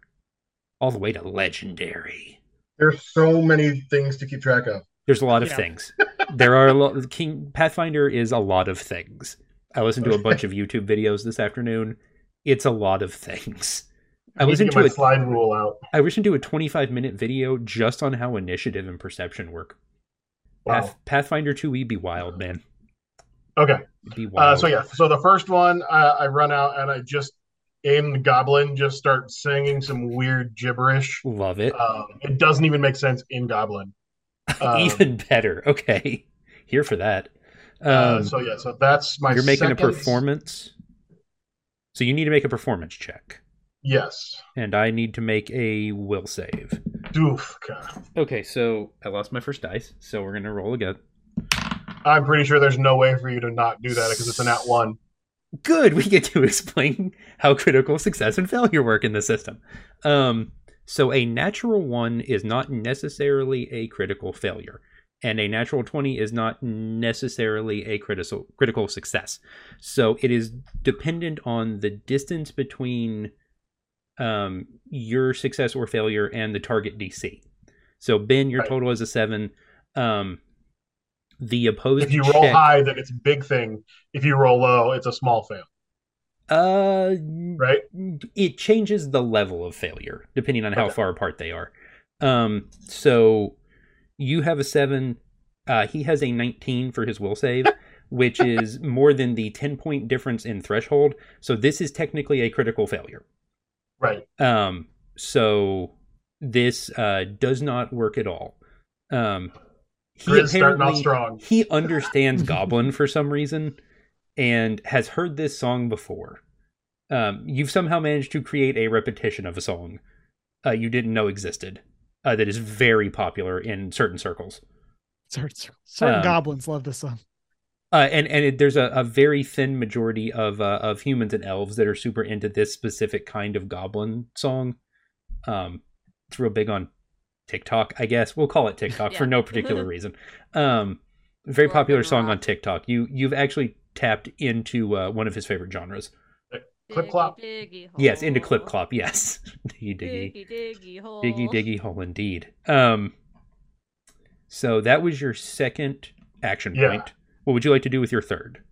[SPEAKER 2] all the way to legendary
[SPEAKER 5] There's so many things to keep track of.
[SPEAKER 2] there's a lot of
[SPEAKER 4] Yeah.
[SPEAKER 2] things there are a lot king pathfinder is a lot of things i listened to a bunch of
[SPEAKER 5] *laughs*
[SPEAKER 2] youtube videos this afternoon it's a lot of things i
[SPEAKER 5] I need to
[SPEAKER 2] listened
[SPEAKER 5] get
[SPEAKER 2] to
[SPEAKER 5] my
[SPEAKER 2] a
[SPEAKER 5] slide rule out.
[SPEAKER 2] I listened to a 25 minute video just on how initiative and perception work.
[SPEAKER 5] Wow.
[SPEAKER 2] Path, Pathfinder 2E be wild, man.
[SPEAKER 5] Okay.
[SPEAKER 2] Be wild.
[SPEAKER 5] Uh, so yeah, so the first one, uh, I run out and I just aim the goblin, just start singing some weird gibberish.
[SPEAKER 2] Love it.
[SPEAKER 5] Um, it doesn't even make sense in goblin.
[SPEAKER 2] *laughs*
[SPEAKER 5] um,
[SPEAKER 2] Even better. Okay. Here for that. Um,
[SPEAKER 5] Uh, so yeah, so that's my.
[SPEAKER 2] you're making a
[SPEAKER 5] second-
[SPEAKER 2] performance. So you need to make a performance check.
[SPEAKER 5] Yes.
[SPEAKER 2] And I need to make a will save.
[SPEAKER 5] Doof. God.
[SPEAKER 2] Okay, so I lost my first dice, so we're gonna roll again.
[SPEAKER 5] I'm pretty sure there's no way for you to not do that because it's an at one.
[SPEAKER 2] Good, we get to *laughs* explain how critical success and failure work in the system. Um, so a natural one is not necessarily a critical failure, and a natural twenty is not necessarily a critical critical success. So it is dependent on the distance between um, your success or failure and the target DC. So Ben, your
[SPEAKER 5] Right.
[SPEAKER 2] total is a seven. Um, the opposed
[SPEAKER 5] If you roll
[SPEAKER 2] check-
[SPEAKER 5] high, then it's a big thing. If you roll low, it's a small fail,
[SPEAKER 2] uh,
[SPEAKER 5] right?
[SPEAKER 2] it changes the level of failure depending on how
[SPEAKER 5] Okay.
[SPEAKER 2] far apart they are. Um, so you have a seven. Uh, he has a 19 for his will save, which is more than the 10 point difference in threshold. So this is technically a critical failure.
[SPEAKER 5] Right.
[SPEAKER 2] Um, so this uh, does not work at all. Um, he
[SPEAKER 5] Grizz starting
[SPEAKER 2] apparently-
[SPEAKER 5] off strong.
[SPEAKER 2] he understands Goblin for some reason and has heard this song before. Um, you've somehow managed to create a repetition of a song uh, you didn't know existed uh, that is very popular in certain circles.
[SPEAKER 4] Certain, certain
[SPEAKER 2] Um,
[SPEAKER 4] goblins love this song.
[SPEAKER 2] Uh, and and it, there's a, a very thin majority of uh, of humans and elves that are super into this specific kind of goblin song. Um, it's real big on TikTok, I guess. We'll call it TikTok for
[SPEAKER 6] Yeah.
[SPEAKER 2] no particular reason. Um, very
[SPEAKER 6] World
[SPEAKER 2] popular
[SPEAKER 6] Gone
[SPEAKER 2] song
[SPEAKER 6] Wrong.
[SPEAKER 2] on TikTok. You you've actually tapped into uh, one of his favorite genres.
[SPEAKER 5] Clip clop.
[SPEAKER 6] Diggy, diggy
[SPEAKER 2] Yes, into
[SPEAKER 6] hole.
[SPEAKER 2] clip clop. Yes, *laughs* diggy diggy
[SPEAKER 6] Diggy diggy hole.
[SPEAKER 2] diggy diggy hole indeed. Um, so that was your second action
[SPEAKER 5] Yeah.
[SPEAKER 2] point. What would you like to do with your third?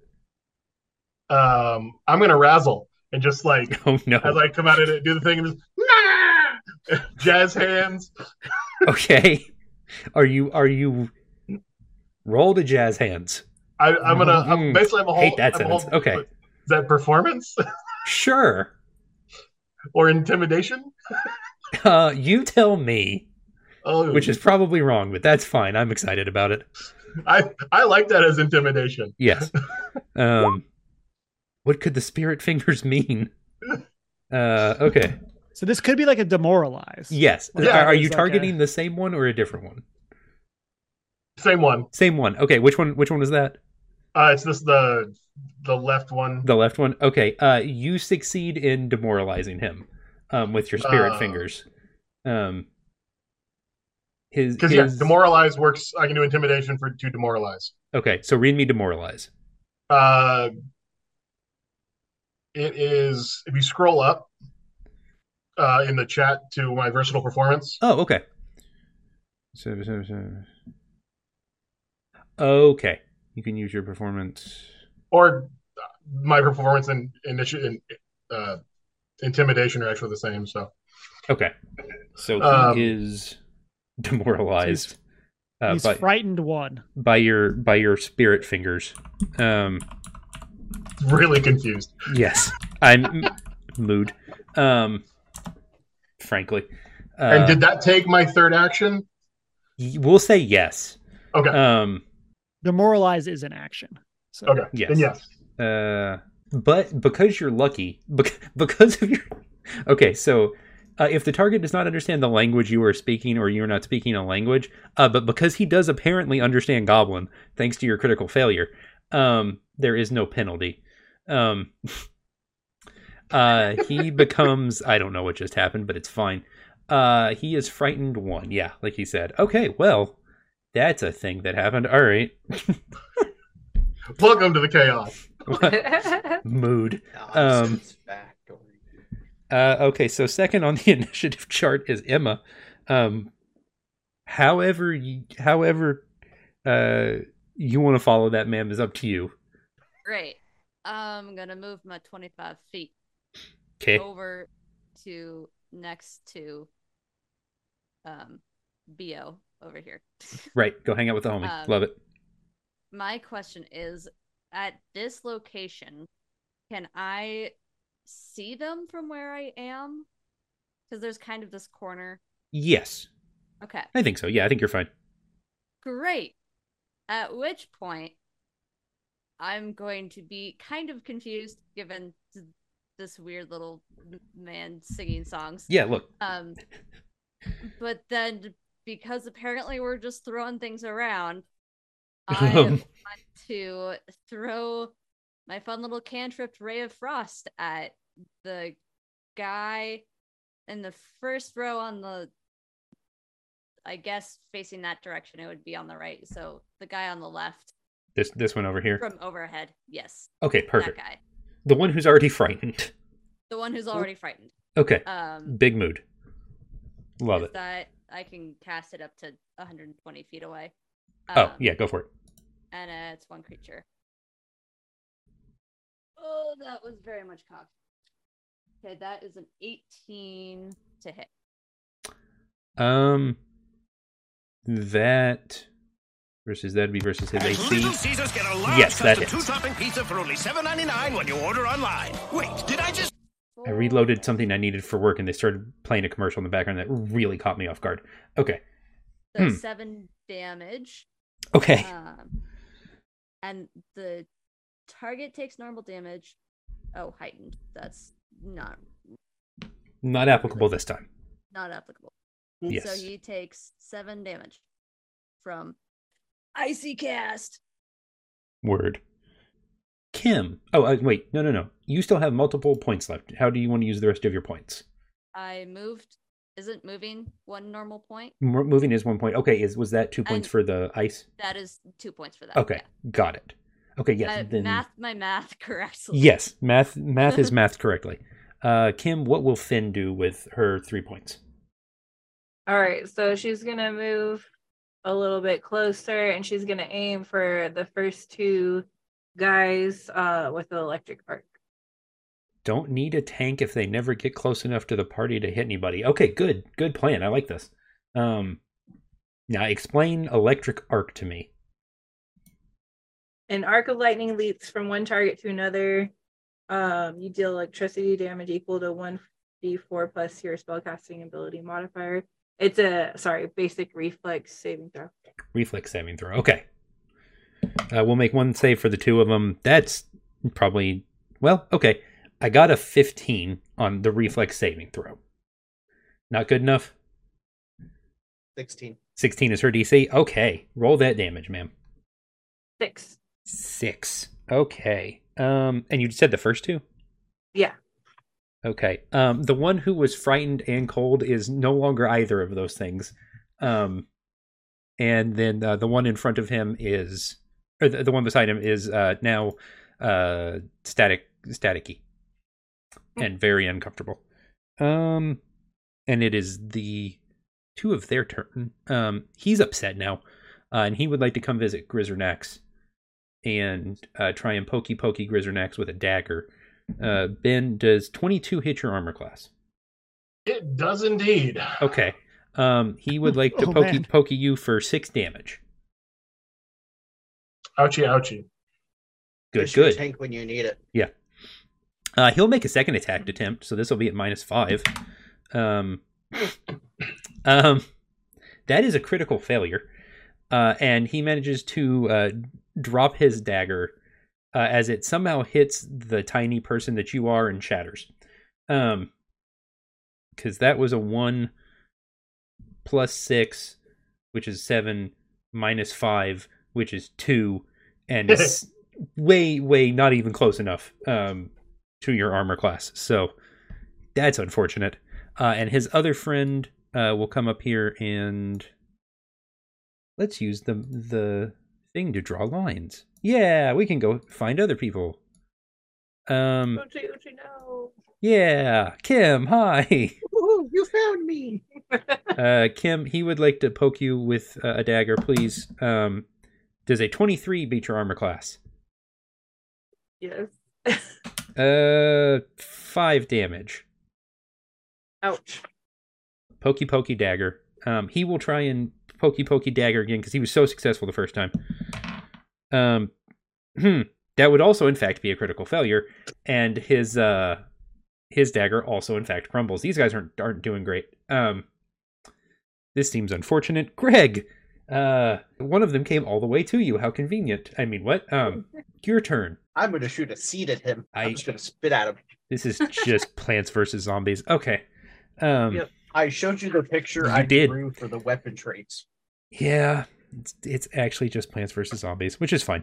[SPEAKER 2] *laughs*
[SPEAKER 5] Um, I'm gonna razzle and just like
[SPEAKER 2] *laughs* Oh no!
[SPEAKER 5] as I come out of it, do the thing and just "Nah!" *laughs* jazz hands.
[SPEAKER 2] *laughs* okay are you are you roll to jazz hands
[SPEAKER 5] I, I'm gonna I'm,
[SPEAKER 2] Mhm.
[SPEAKER 5] basically I'm a whole.
[SPEAKER 2] Hate that
[SPEAKER 5] I'm a
[SPEAKER 2] sentence.
[SPEAKER 5] whole-
[SPEAKER 2] Okay.
[SPEAKER 5] *laughs* Is that performance *laughs*
[SPEAKER 2] sure
[SPEAKER 5] or intimidation?
[SPEAKER 2] uh you tell me
[SPEAKER 5] Oh,
[SPEAKER 2] which is probably wrong but that's fine i'm excited about it
[SPEAKER 5] I I like that as intimidation. *laughs*
[SPEAKER 2] yes um what could the spirit *laughs* fingers
[SPEAKER 5] *laughs*
[SPEAKER 2] mean uh okay
[SPEAKER 4] So this could be like a demoralize.
[SPEAKER 2] yes
[SPEAKER 4] Yeah,
[SPEAKER 2] are, are you
[SPEAKER 4] it's like
[SPEAKER 2] targeting the same one or a different one
[SPEAKER 5] Same one.
[SPEAKER 2] same one okay which one which one was that
[SPEAKER 5] Uh, it's this the the left one.
[SPEAKER 2] the left one okay uh you succeed in demoralizing him um with your spirit
[SPEAKER 5] Uh.
[SPEAKER 2] fingers um his
[SPEAKER 5] Because yeah,
[SPEAKER 2] his-
[SPEAKER 5] demoralize works. I can do intimidation for to demoralize.
[SPEAKER 2] Okay, so read me demoralize.
[SPEAKER 5] Uh, it is if you scroll up uh, in the chat to my versatile performance.
[SPEAKER 2] Oh, okay. So, so, so. Okay, you can use your performance.
[SPEAKER 5] or my performance and initi- and uh, intimidation are actually the same. So
[SPEAKER 2] Okay, so he
[SPEAKER 5] Um,
[SPEAKER 2] is demoralized uh,
[SPEAKER 4] He's
[SPEAKER 2] by,
[SPEAKER 4] frightened one.
[SPEAKER 2] by your by your spirit fingers. Um,
[SPEAKER 5] really confused.
[SPEAKER 2] yes, I'm m- mood. Um, frankly, uh,
[SPEAKER 5] and did that take my third action?
[SPEAKER 2] y- we'll say yes.
[SPEAKER 5] Okay,
[SPEAKER 2] Um,
[SPEAKER 4] Demoralize is an action. So
[SPEAKER 5] okay,
[SPEAKER 2] yes.
[SPEAKER 5] then yes.
[SPEAKER 2] Uh, but because you're lucky, *laughs* bec- because of your. Okay, so uh, if the target does not understand the language you are speaking, or you're not speaking a language, uh, but because he does apparently understand Goblin, thanks to your critical failure, um, there is no penalty. Um, *laughs* uh, he becomes. I don't know what just happened, but it's fine. Uh, he is frightened one. Yeah, like he said. Okay, well, that's a thing that happened. All right. *laughs*
[SPEAKER 5] Welcome to the chaos.
[SPEAKER 2] Mood. um,
[SPEAKER 3] Nonsense factory.
[SPEAKER 2] Uh, okay, so second on the *laughs* initiative chart is Emma. Um, however, you, however, uh, you want to follow that, ma'am, is up to you.
[SPEAKER 6] Great. I'm gonna move my 25 feet
[SPEAKER 2] Okay,
[SPEAKER 6] over to next to um Bo over here. *laughs*
[SPEAKER 2] right. Go hang out with the homie.
[SPEAKER 6] Um,
[SPEAKER 2] Love it.
[SPEAKER 6] My question is, at this location, can I see them from where I am? Because there's kind of this corner.
[SPEAKER 2] Yes,
[SPEAKER 6] Okay.
[SPEAKER 2] I think so. Yeah, I think you're fine.
[SPEAKER 6] Great. At which point, I'm going to be kind of confused given th- this weird little man singing songs.
[SPEAKER 2] Yeah, look,
[SPEAKER 6] Um, but then because apparently we're just throwing things around,
[SPEAKER 2] Oh, *laughs*
[SPEAKER 6] I *laughs*
[SPEAKER 2] Um,
[SPEAKER 6] want to throw my fun little cantrip ray of frost at the guy in the first row on the I guess facing that direction it would be on the right. So the guy on the left
[SPEAKER 2] This this one over here.
[SPEAKER 6] from overhead. Yes.
[SPEAKER 2] Okay, perfect.
[SPEAKER 6] That guy.
[SPEAKER 2] The one who's already frightened. *laughs*
[SPEAKER 6] The one who's already frightened.
[SPEAKER 2] Okay.
[SPEAKER 6] Um
[SPEAKER 2] Big mood. Love
[SPEAKER 6] is
[SPEAKER 2] it.
[SPEAKER 6] that I can cast it up to 120 feet away.
[SPEAKER 2] Oh,
[SPEAKER 6] Um,
[SPEAKER 2] yeah, go for it.
[SPEAKER 6] And uh, it's one creature. Oh, that was very much cocked. Okay, that is an 18 to hit.
[SPEAKER 2] Um, that versus that'd be versus his
[SPEAKER 8] At
[SPEAKER 2] AC.
[SPEAKER 8] Little Caesars, get a large
[SPEAKER 2] Yes, that
[SPEAKER 8] custom
[SPEAKER 2] hits.
[SPEAKER 8] two-topping pizza for only $7.99 when you order online. Wait, did I just?
[SPEAKER 2] I reloaded something I needed for work, and they started playing a commercial in the background that really caught me off guard. Okay,
[SPEAKER 6] So
[SPEAKER 2] Hmm.
[SPEAKER 6] seven damage.
[SPEAKER 2] okay,
[SPEAKER 6] Um, and the target takes normal damage. Oh, heightened. That's not
[SPEAKER 2] not applicable this time.
[SPEAKER 6] not applicable. So
[SPEAKER 2] Yes,
[SPEAKER 6] he takes seven damage from icy cast.
[SPEAKER 2] word. Kim. Oh, uh, wait, no, no, no. You still have multiple points left. How do you want to use the rest of your points?
[SPEAKER 6] I moved. Isn't moving one normal point?
[SPEAKER 2] M- moving is one point. Okay, is was that two points
[SPEAKER 6] And-
[SPEAKER 2] for the ice?
[SPEAKER 6] That is two points for that.
[SPEAKER 2] Okay, got it. Okay,
[SPEAKER 6] Yeah.
[SPEAKER 2] yes.
[SPEAKER 6] I
[SPEAKER 2] then
[SPEAKER 6] Uh, math my math *laughs* correctly.
[SPEAKER 2] Yes, math
[SPEAKER 6] *laughs*
[SPEAKER 2] math is math correctly. Uh, Kim, what will Finn do with her three points?
[SPEAKER 7] All right, so she's gonna move a little bit closer, and she's gonna aim for the first two guys uh, with the electric arc.
[SPEAKER 2] Don't need a tank if they never get close enough to the party to hit anybody. Okay, good, good plan. I like this. Um, now explain electric arc to me.
[SPEAKER 7] An arc of lightning leaps from one target to another. Um, you deal electricity damage equal to one d4 plus your spellcasting ability modifier. It's a sorry, basic reflex saving throw.
[SPEAKER 2] Reflex saving throw. Okay, uh, we'll make one save for the two of them. That's probably well. Okay, I got a fifteen on the reflex saving throw. Not good enough.
[SPEAKER 3] 16.
[SPEAKER 2] Sixteen is her DC. Okay, roll that damage, ma'am.
[SPEAKER 7] Six.
[SPEAKER 2] Six. Okay. Um, and you said the first two.
[SPEAKER 7] Yeah.
[SPEAKER 2] Okay. Um, the one who was frightened and cold is no longer either of those things. Um, and then uh, the one in front of him is, or the, the one beside him is uh, now uh, static, staticky, and very uncomfortable. Um, and it is the two of their turn. Um, he's upset now, uh, and he would like to come visit Grizzernax and uh, try and pokey pokey Grizzernax with a dagger. Uh, ben, does 22 hit your armor class?
[SPEAKER 5] It does indeed.
[SPEAKER 2] Okay. Um, he would like to
[SPEAKER 4] Oh,
[SPEAKER 2] pokey
[SPEAKER 4] man.
[SPEAKER 2] pokey you for six damage.
[SPEAKER 5] Ouchie, ouchie.
[SPEAKER 2] Good,
[SPEAKER 3] Use your
[SPEAKER 2] good.
[SPEAKER 3] Tank when you need it.
[SPEAKER 2] Uh, he'll make a second attack attempt, so this will be at minus five. Um, um, that is a critical failure, uh, and he manages to uh, drop his dagger uh, as it somehow hits the tiny person that you are and shatters. Um, because that was a one plus six, which is seven, minus five, which is two, and it's way, way not even close enough. Um, to your armor class. So that's unfortunate. Uh, and his other friend uh, will come up here and let's use the the thing to draw lines. Yeah, we can go find other people. Um.
[SPEAKER 7] Ouchie, ouchie, no.
[SPEAKER 2] Yeah, Kim. Hi. *laughs*
[SPEAKER 3] Ooh, you found me.
[SPEAKER 2] Uh, Kim. He would like to poke you with uh, a dagger, please. Um, does a twenty-three beat your armor class?
[SPEAKER 7] yes.
[SPEAKER 2] Uh, five damage.
[SPEAKER 7] Ouch.
[SPEAKER 2] pokey pokey dagger. Um, he will try and pokey pokey dagger again because he was so successful the first time. Um, *clears throat* hmm, that would also in fact be a critical failure, and his uh his dagger also in fact crumbles. These guys aren't aren't doing great. Um, this seems unfortunate. Greg, uh, one of them came all the way to you. How convenient. I mean, what? Um, your turn.
[SPEAKER 3] I'm going to shoot a seed at him. I...
[SPEAKER 2] I-
[SPEAKER 3] am just going to spit at him.
[SPEAKER 2] This is just Plants versus Zombies. Okay. Um,
[SPEAKER 7] Yep.
[SPEAKER 3] I showed you the picture
[SPEAKER 2] You
[SPEAKER 3] I
[SPEAKER 2] did.
[SPEAKER 3] drew for the weapon traits.
[SPEAKER 2] Yeah, it's, it's actually just Plants vs. Zombies, which is fine.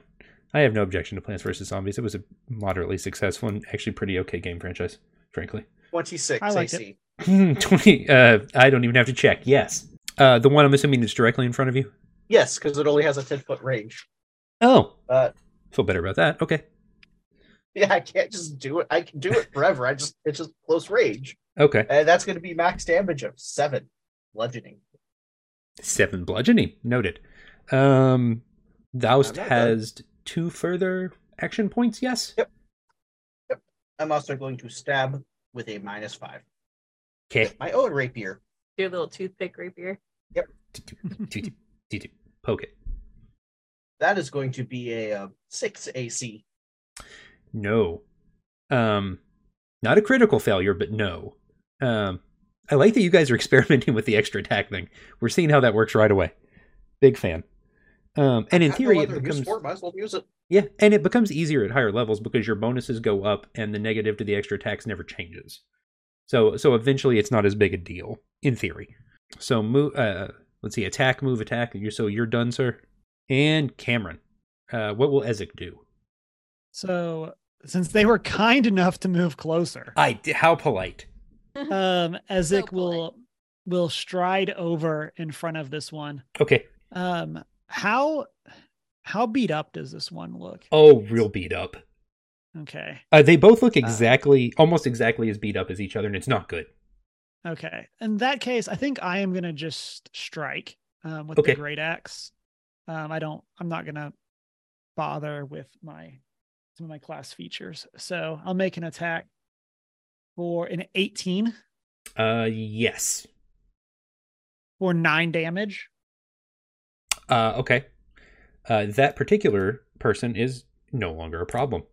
[SPEAKER 2] I have no objection to Plants vs. Zombies. It was a moderately successful and actually pretty okay game franchise, frankly. *laughs*
[SPEAKER 3] 26
[SPEAKER 4] I liked it.
[SPEAKER 3] AC.
[SPEAKER 2] 20, uh, I don't even have to check. Yes. Uh, the one I'm assuming is directly in front of you.
[SPEAKER 3] Yes, because it only has a 10 foot range.
[SPEAKER 2] Oh,
[SPEAKER 3] Uh,
[SPEAKER 2] feel better about that. Okay.
[SPEAKER 3] *laughs* yeah, I can't just do it. I can do it forever. I just it's just close range,
[SPEAKER 2] Okay.
[SPEAKER 3] and that's going to be max damage of seven, bludgeoning.
[SPEAKER 2] Seven bludgeoning. Noted. Um,
[SPEAKER 3] not
[SPEAKER 2] Doust
[SPEAKER 3] bad.
[SPEAKER 2] has two further action
[SPEAKER 3] *laughs*
[SPEAKER 2] points. Yes.
[SPEAKER 3] I'm also going to stab with a minus five.
[SPEAKER 2] Okay.
[SPEAKER 3] My own rapier.
[SPEAKER 7] Your little toothpick rapier.
[SPEAKER 2] Poke it.
[SPEAKER 3] That is going to be a um, six AC.
[SPEAKER 2] No. Um, not a critical failure, but no. Um, I like that you guys are *laughs* experimenting with the extra attack thing. We're seeing how that works right away. Big fan. Um, and in
[SPEAKER 3] Have no
[SPEAKER 2] theory, it
[SPEAKER 3] other use
[SPEAKER 2] becomes
[SPEAKER 3] for it, might as well use it.
[SPEAKER 2] Yeah, and it becomes easier at higher levels because your bonuses go up and the negative to the extra attacks never changes. So so eventually it's not as big a deal in theory. So move uh let's see attack move attack you so you're done sir. And Cameron. Uh what will Ezek do?
[SPEAKER 4] So since they were kind enough to move closer,
[SPEAKER 2] I how polite.
[SPEAKER 4] um, Ezek
[SPEAKER 6] polite.
[SPEAKER 4] will will stride over in front of this one.
[SPEAKER 2] Okay.
[SPEAKER 4] Um, how how beat up does this one look?
[SPEAKER 2] Oh, real beat up.
[SPEAKER 4] Okay,
[SPEAKER 2] Uh, they both look exactly almost exactly as beat up as each other and it's not good.
[SPEAKER 4] okay. In that case, I think I am gonna just strike um, with
[SPEAKER 2] Okay.
[SPEAKER 4] the great axe. Um, I don't. I'm not gonna bother with my some of my class features. So I'll make an attack for an 18
[SPEAKER 2] Uh yes.
[SPEAKER 4] for nine damage.
[SPEAKER 2] Uh, okay. Uh, that particular person is no longer a problem.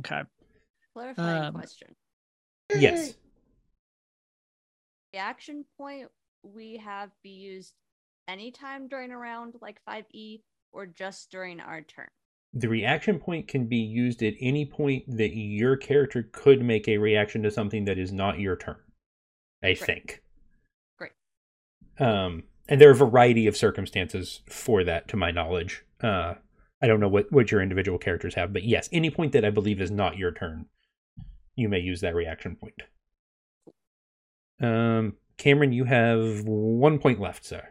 [SPEAKER 4] Okay.
[SPEAKER 6] *laughs* Clarifying
[SPEAKER 4] Um,
[SPEAKER 6] question.
[SPEAKER 2] Yes.
[SPEAKER 6] The action point we have be used anytime during a round, like 5e, or just during our turn.
[SPEAKER 2] The reaction point can be used at any point that your character could make a reaction to something that is not your turn. I
[SPEAKER 6] Right.
[SPEAKER 2] think.
[SPEAKER 6] Great.
[SPEAKER 2] Um, and there are a variety of circumstances for that, to my knowledge. Uh, I don't know what, what your individual characters have, but yes, any point that I believe is not your turn, you may use that reaction point. Um, Cameron, you have one point left, sir.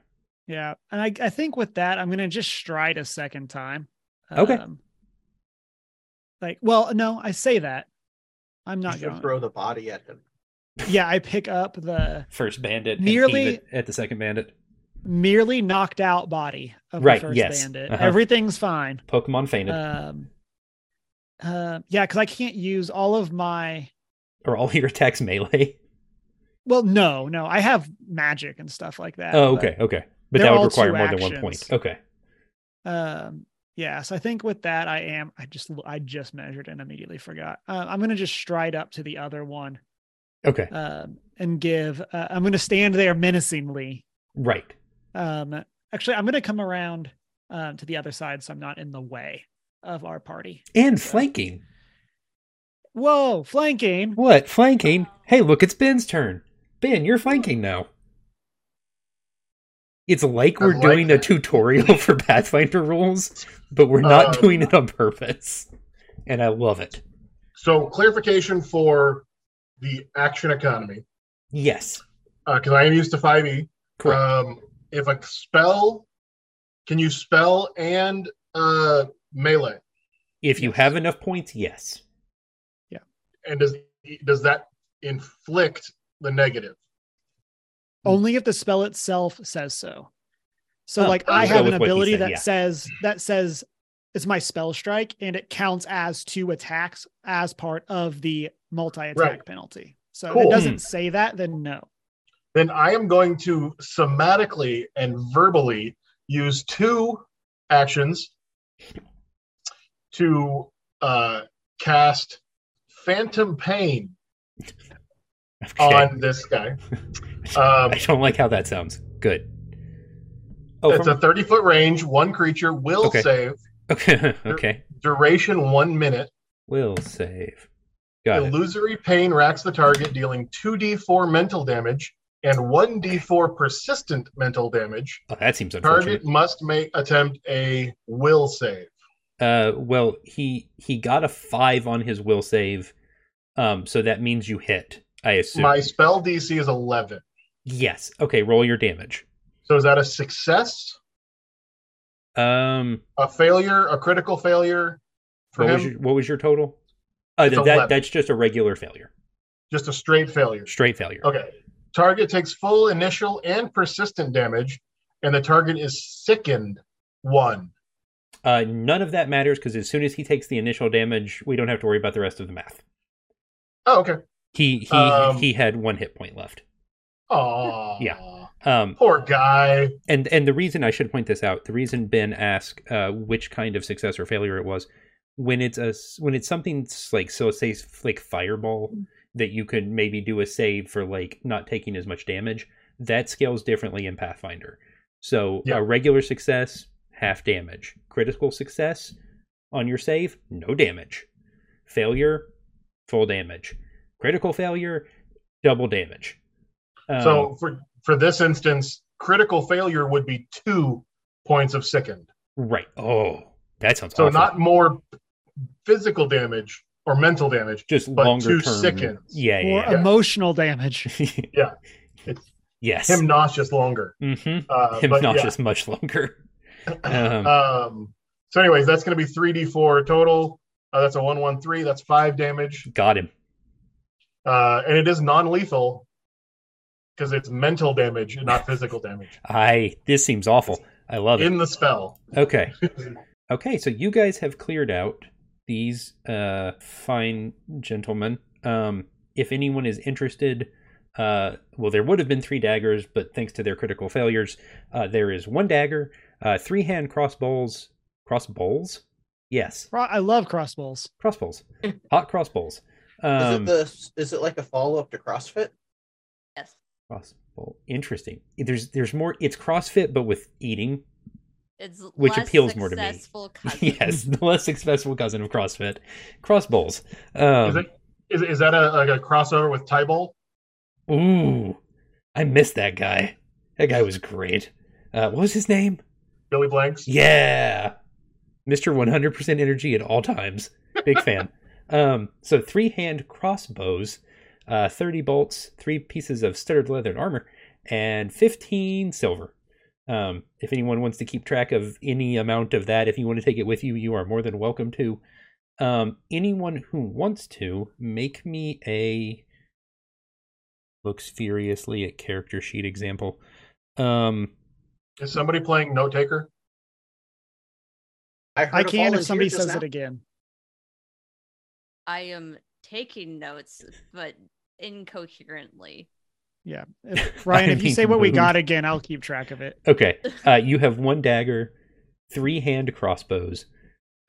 [SPEAKER 4] Yeah. And I, I think with that, I'm going to just stride a second time.
[SPEAKER 2] Okay.
[SPEAKER 4] Um, like, well, no, I say that. I'm
[SPEAKER 3] You
[SPEAKER 4] not
[SPEAKER 3] should
[SPEAKER 4] going.
[SPEAKER 3] throw the body at him.
[SPEAKER 4] Yeah. I pick up the
[SPEAKER 2] First bandit, and
[SPEAKER 4] Nearly-
[SPEAKER 2] heave it at the second bandit.
[SPEAKER 4] merely knocked out body of
[SPEAKER 2] Right,
[SPEAKER 4] the first
[SPEAKER 2] yes.
[SPEAKER 4] bandit.
[SPEAKER 2] Uh-huh.
[SPEAKER 4] Everything's fine.
[SPEAKER 2] Pokemon fainted,
[SPEAKER 4] Um, uh, yeah. Cause I can't use all of my,
[SPEAKER 2] or all *laughs* your attacks melee.
[SPEAKER 4] *laughs* well, no, no, I have magic and stuff like that.
[SPEAKER 2] Oh,
[SPEAKER 4] but,
[SPEAKER 2] okay, okay. But
[SPEAKER 4] Uh, they're
[SPEAKER 2] that would
[SPEAKER 4] all
[SPEAKER 2] require
[SPEAKER 4] two
[SPEAKER 2] more than one point.
[SPEAKER 4] actions.
[SPEAKER 2] Okay.
[SPEAKER 4] um yeah so i think with that i am i just i just measured and immediately forgot uh, i'm gonna just stride up to the other one
[SPEAKER 2] Okay.
[SPEAKER 4] um and give uh, i'm gonna stand there menacingly
[SPEAKER 2] Right.
[SPEAKER 4] um actually i'm gonna come around um to the other side so i'm not in the way of our party
[SPEAKER 2] And flanking.
[SPEAKER 4] whoa flanking
[SPEAKER 2] What? Flanking? Hey, look, it's Ben's turn. Ben, you're flanking now. It's like
[SPEAKER 5] I
[SPEAKER 2] we're
[SPEAKER 5] like
[SPEAKER 2] doing a
[SPEAKER 5] that.
[SPEAKER 2] tutorial *laughs* for Pathfinder rules, but we're not
[SPEAKER 4] Oh.
[SPEAKER 5] Um,
[SPEAKER 2] doing it on purpose. And I love it.
[SPEAKER 5] So clarification for the action economy,
[SPEAKER 2] Yes.
[SPEAKER 5] because Uh, I am used to five E.
[SPEAKER 2] Correct.
[SPEAKER 5] Um, if a spell, can you spell and uh, melee?
[SPEAKER 2] if you have enough points, yes. *laughs*
[SPEAKER 5] And does does that inflict the negative?
[SPEAKER 4] only if the spell itself says so so
[SPEAKER 2] Hmm. Oh,
[SPEAKER 4] like
[SPEAKER 5] I'll
[SPEAKER 4] i
[SPEAKER 5] go
[SPEAKER 4] have
[SPEAKER 2] with
[SPEAKER 4] an
[SPEAKER 2] what he
[SPEAKER 4] ability
[SPEAKER 2] said,
[SPEAKER 4] that
[SPEAKER 2] yeah.
[SPEAKER 4] says that says it's my spell strike and it counts as two attacks as part of the multi-attack
[SPEAKER 5] Right.
[SPEAKER 4] penalty so if
[SPEAKER 5] Cool.
[SPEAKER 4] it
[SPEAKER 2] Hmm.
[SPEAKER 4] doesn't say that then no
[SPEAKER 5] Then I am going to somatically and verbally use two actions to uh, cast Phantom Pain
[SPEAKER 4] Oh,
[SPEAKER 2] Okay. Oh,
[SPEAKER 5] on this guy.
[SPEAKER 2] *laughs*
[SPEAKER 5] Um,
[SPEAKER 2] I don't like how that sounds. Good. Oh,
[SPEAKER 5] it's a
[SPEAKER 2] from-
[SPEAKER 5] 30 foot range. One creature will
[SPEAKER 2] Okay.
[SPEAKER 5] save.
[SPEAKER 2] *laughs* okay. okay.
[SPEAKER 5] Duration one minute.
[SPEAKER 2] We'll save. Got it.
[SPEAKER 5] Illusory pain racks the target, dealing 2d4 mental damage and 1d4 persistent mental damage.
[SPEAKER 2] Oh, that seems unfortunate.
[SPEAKER 5] Target must make attempt a will save.
[SPEAKER 2] Uh, well, he he got a five on his will save, um, so that means you hit. I assume.
[SPEAKER 5] My spell DC is 11.
[SPEAKER 2] Yes. Okay. Roll your damage.
[SPEAKER 5] So is that a success,
[SPEAKER 2] Um,
[SPEAKER 5] a failure, a critical failure for
[SPEAKER 2] what
[SPEAKER 5] him?
[SPEAKER 2] was your, what was your total? Uh,
[SPEAKER 5] It's
[SPEAKER 2] that
[SPEAKER 5] 11.
[SPEAKER 2] that's just a regular failure,
[SPEAKER 5] Just a straight failure.
[SPEAKER 2] straight failure.
[SPEAKER 5] Okay. Target takes full initial and persistent damage, and the target is sickened one.
[SPEAKER 2] Uh, none of that matters because as soon as he takes the initial damage, we don't have to worry about the rest of the math.
[SPEAKER 5] Oh, okay.
[SPEAKER 2] He he
[SPEAKER 5] Um,
[SPEAKER 2] he had one hit point left.
[SPEAKER 5] Aw.
[SPEAKER 2] Yeah. Um,
[SPEAKER 5] Poor guy.
[SPEAKER 2] and and the reason I should point this out, the reason Ben asked uh, which kind of success or failure it was, when it's a s- when it's something s- like so say s- like fireball
[SPEAKER 5] Mm.
[SPEAKER 2] that you could maybe do a save for like not taking as much damage, that scales differently in Pathfinder. So
[SPEAKER 5] Yeah.
[SPEAKER 2] a regular success, half damage. Critical success on your save, no damage. Failure, full damage. Critical failure, double damage. Um,
[SPEAKER 5] so for for this instance, critical failure would be two points of sickened.
[SPEAKER 2] right. Oh, that sounds
[SPEAKER 5] So
[SPEAKER 2] awful.
[SPEAKER 5] not more physical damage or mental damage.
[SPEAKER 2] just
[SPEAKER 5] but
[SPEAKER 2] longer
[SPEAKER 5] two
[SPEAKER 2] term.
[SPEAKER 5] seconds.
[SPEAKER 2] Yeah,
[SPEAKER 4] or
[SPEAKER 2] yeah.
[SPEAKER 4] emotional damage. *laughs*
[SPEAKER 2] yeah.
[SPEAKER 5] Yeah. It's
[SPEAKER 2] yes.
[SPEAKER 5] Him nauseous longer.
[SPEAKER 2] mm-hmm.
[SPEAKER 5] Uh,
[SPEAKER 2] him
[SPEAKER 5] but
[SPEAKER 2] not
[SPEAKER 5] yeah.
[SPEAKER 2] just much longer.
[SPEAKER 5] *clears throat*
[SPEAKER 2] Um,
[SPEAKER 5] Um, so, anyways, that's going to be 3d4 total. Uh, that's a 113. That's five damage.
[SPEAKER 2] got him.
[SPEAKER 5] Uh, and it is non lethal because it's mental damage and not physical damage
[SPEAKER 2] I. This seems awful. I love it.
[SPEAKER 5] in the spell. *laughs*
[SPEAKER 2] Okay. Okay. So you guys have cleared out these uh, fine gentlemen. Um, if anyone is interested, uh, well, there would have been three daggers, but thanks to their critical failures, uh, there is one dagger, uh, three hand crossbows. Crossbows? Yes.
[SPEAKER 4] Cro- I love crossbows.
[SPEAKER 2] Crossbows. Hot crossbows. Um,
[SPEAKER 3] is it the is it like a follow up to CrossFit?
[SPEAKER 6] Yes.
[SPEAKER 2] Crossbow. Interesting. There's there's more. It's CrossFit, but with eating.
[SPEAKER 6] It's
[SPEAKER 2] Which
[SPEAKER 6] less
[SPEAKER 2] appeals more to me. *laughs*
[SPEAKER 6] successful cousin.
[SPEAKER 2] yes, the less successful cousin of CrossFit, crossbows. Um,
[SPEAKER 5] Is, it, is, is that a, like a crossover with Tybal?
[SPEAKER 2] Ooh, I missed that guy. That guy was great. Uh, what was his name?
[SPEAKER 5] Billy
[SPEAKER 2] *laughs*
[SPEAKER 5] Blanks?
[SPEAKER 2] Yeah, Mister One Hundred Percent Energy at all times. Big fan. Um, so three hand crossbows, uh, thirty bolts, three pieces of studded leather and armor, and fifteen silver. Um, if anyone wants to keep track of any amount of that, if you want to take it with you, you are more than welcome to. Um, anyone who wants to, make me a looks furiously at character sheet example. Um,
[SPEAKER 5] Is somebody playing Note Taker?
[SPEAKER 3] I, heard
[SPEAKER 4] I
[SPEAKER 3] a
[SPEAKER 4] can
[SPEAKER 3] volunteer
[SPEAKER 4] if somebody
[SPEAKER 3] just
[SPEAKER 4] says
[SPEAKER 3] now.
[SPEAKER 4] it again.
[SPEAKER 6] I am taking notes, but incoherently.
[SPEAKER 4] Yeah. If,
[SPEAKER 2] *laughs*
[SPEAKER 4] Ryan, if you say what we
[SPEAKER 2] moved.
[SPEAKER 4] got again, I'll keep track of it.
[SPEAKER 2] Okay. Uh, you have one dagger, three hand crossbows,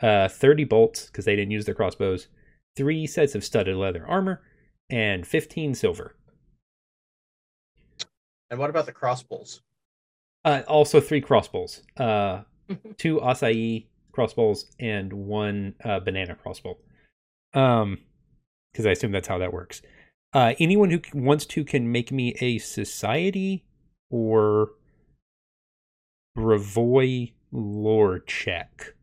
[SPEAKER 2] uh, 30 bolts, because they didn't use their crossbows, three sets of studded leather armor, and 15 silver.
[SPEAKER 3] And what about the crossbows?
[SPEAKER 2] Uh, also, three crossbows uh, two acai crossbows and one uh, banana crossbow. Um, Because I assume that's how that works. Uh, anyone who c- wants to can make me a society or Bravoy lore check.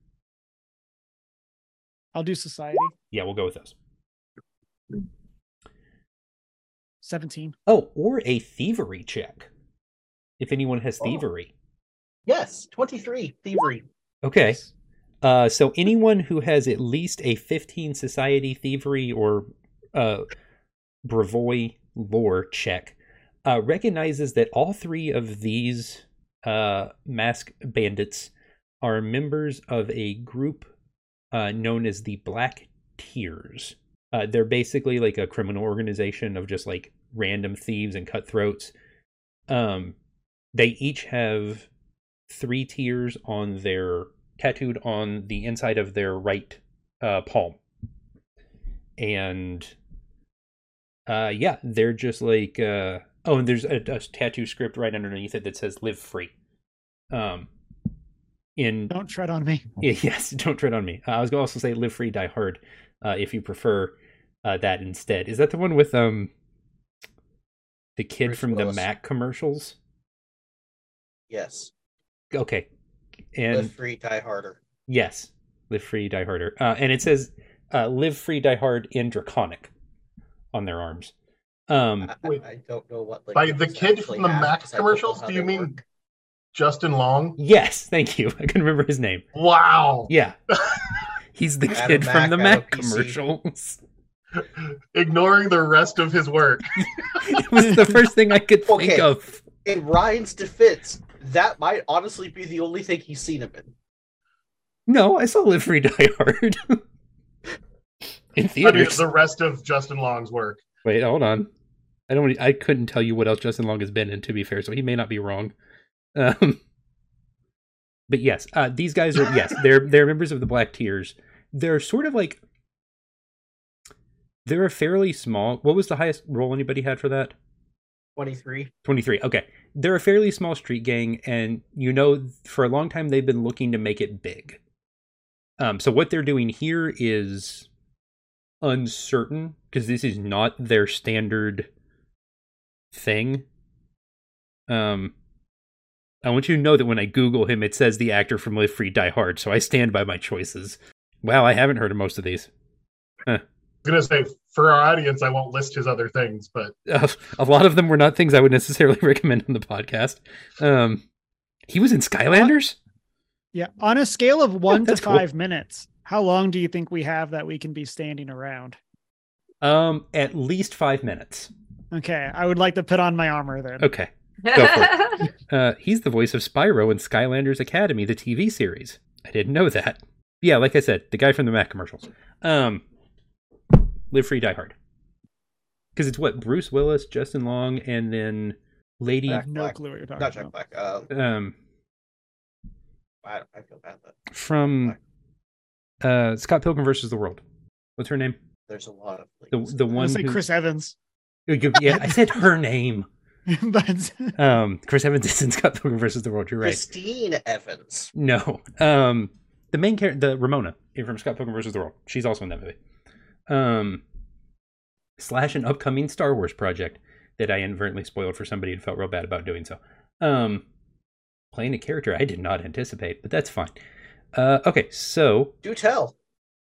[SPEAKER 4] I'll do society.
[SPEAKER 2] Yeah, we'll go with those.
[SPEAKER 4] 17.
[SPEAKER 2] Oh, or a thievery check. If anyone has thievery.
[SPEAKER 3] Yes, twenty three thievery.
[SPEAKER 2] Okay. Uh, so anyone who has at least a 15 society thievery or uh, bravoy lore check uh, recognizes that all three of these uh, mask bandits are members of a group uh, known as the Black Tears. Uh, they're basically like a criminal organization of just like random thieves and cutthroats. Um, they each have three tears on their tattooed on the inside of their right uh, palm, and uh, yeah, they're just like uh, oh, and there's a, a tattoo script right underneath it that says "Live Free." Um, in
[SPEAKER 4] Don't tread on me.
[SPEAKER 2] yeah, *laughs* yes, don't tread on me. Uh, I was going to also say live free, die hard, uh, if you prefer uh, that instead. Is that the one with um? The kid
[SPEAKER 3] Bruce
[SPEAKER 2] from the
[SPEAKER 3] Willis.
[SPEAKER 2] Mac commercials.
[SPEAKER 3] Yes.
[SPEAKER 2] Okay. And
[SPEAKER 3] Live free, die harder.
[SPEAKER 2] yes, live free, die harder. Uh, and it says uh, live free, die hard in draconic on their arms. Um,
[SPEAKER 3] I,
[SPEAKER 5] Wait.
[SPEAKER 3] I don't know what.
[SPEAKER 5] By
[SPEAKER 3] languages
[SPEAKER 5] the kid
[SPEAKER 3] actually
[SPEAKER 5] from the
[SPEAKER 3] have,
[SPEAKER 5] Mac
[SPEAKER 3] 'cause I don't know
[SPEAKER 5] commercials,
[SPEAKER 3] how
[SPEAKER 5] do
[SPEAKER 3] they
[SPEAKER 5] you mean
[SPEAKER 3] work.
[SPEAKER 5] Justin Long?
[SPEAKER 2] yes, thank you. *laughs* I can remember his name.
[SPEAKER 5] Wow.
[SPEAKER 2] Yeah.
[SPEAKER 3] *laughs*
[SPEAKER 2] He's the
[SPEAKER 3] Adam
[SPEAKER 2] kid
[SPEAKER 3] Mac,
[SPEAKER 2] from the
[SPEAKER 3] Adam
[SPEAKER 2] Mac
[SPEAKER 3] PC.
[SPEAKER 2] commercials. *laughs*
[SPEAKER 5] Ignoring the rest of his work.
[SPEAKER 2] it was the first thing I could think
[SPEAKER 3] *laughs* Okay.
[SPEAKER 2] of.
[SPEAKER 3] in Ryan's defense? That might honestly be the only thing he's seen him in.
[SPEAKER 2] No, I saw Live Free *laughs* Die Hard in
[SPEAKER 5] I mean,
[SPEAKER 2] theaters.
[SPEAKER 5] the rest of Justin Long's work.
[SPEAKER 2] Wait, hold on. I don't. I couldn't tell you what else Justin Long has been in. To be fair, so he may not be wrong. Um, but yes, uh, these guys are
[SPEAKER 5] *laughs*
[SPEAKER 2] yes. They're they're members of the Black Tears. They're sort of like they're a fairly small. What was the highest role anybody had for that?
[SPEAKER 3] Twenty three.
[SPEAKER 2] 23 okay they're a fairly small street gang and you know for a long time they've been looking to make it big um, so what they're doing here is uncertain because this is not their standard thing um i want you to know that when i google him it says the actor from live free die hard so i stand by my choices wow i haven't heard of most of these
[SPEAKER 5] I was gonna say for our audience, I won't list his other things, but
[SPEAKER 2] uh, a lot of them were not things i would necessarily *laughs* recommend on the podcast um he was in skylanders
[SPEAKER 4] Yeah. On a scale of one to
[SPEAKER 2] *laughs* that's cool.
[SPEAKER 4] five minutes, how long do you think we have that we can be standing around?
[SPEAKER 2] Um, at least five minutes.
[SPEAKER 4] Okay. I would like to put on my armor then.
[SPEAKER 2] Okay. Go for
[SPEAKER 7] *laughs*
[SPEAKER 2] Uh, he's the voice of Spyro in Skylanders Academy, the TV series. I didn't know that. Yeah, like I said, the guy from the Mac commercials. Um, Live Free Die Hard. Because it's what Bruce Willis, Justin Long, and then Lady.
[SPEAKER 4] I
[SPEAKER 3] Jack
[SPEAKER 4] have no
[SPEAKER 3] Black.
[SPEAKER 4] clue what you're talking
[SPEAKER 3] Not Jack
[SPEAKER 4] about.
[SPEAKER 3] Black. Uh,
[SPEAKER 2] Um,
[SPEAKER 3] I, I feel bad that
[SPEAKER 2] from uh Scott Pilgrim versus the World. What's her name?
[SPEAKER 3] there's a lot of.
[SPEAKER 2] The
[SPEAKER 3] links.
[SPEAKER 2] the
[SPEAKER 4] I
[SPEAKER 2] one.
[SPEAKER 4] was like
[SPEAKER 2] who-
[SPEAKER 4] Chris Evans, *laughs*
[SPEAKER 2] Yeah, I said her name.
[SPEAKER 4] but
[SPEAKER 2] Um, Chris Evans is in Scott Pilgrim versus the World. You're right.
[SPEAKER 3] Christine Evans.
[SPEAKER 2] No. Um the main character the Ramona from Scott Pilgrim versus the World. She's also in that movie. Um slash an upcoming Star Wars project that I inadvertently spoiled for somebody and felt real bad about doing so. Um playing a character I did not anticipate, but that's fine. Uh okay, so
[SPEAKER 3] Do tell.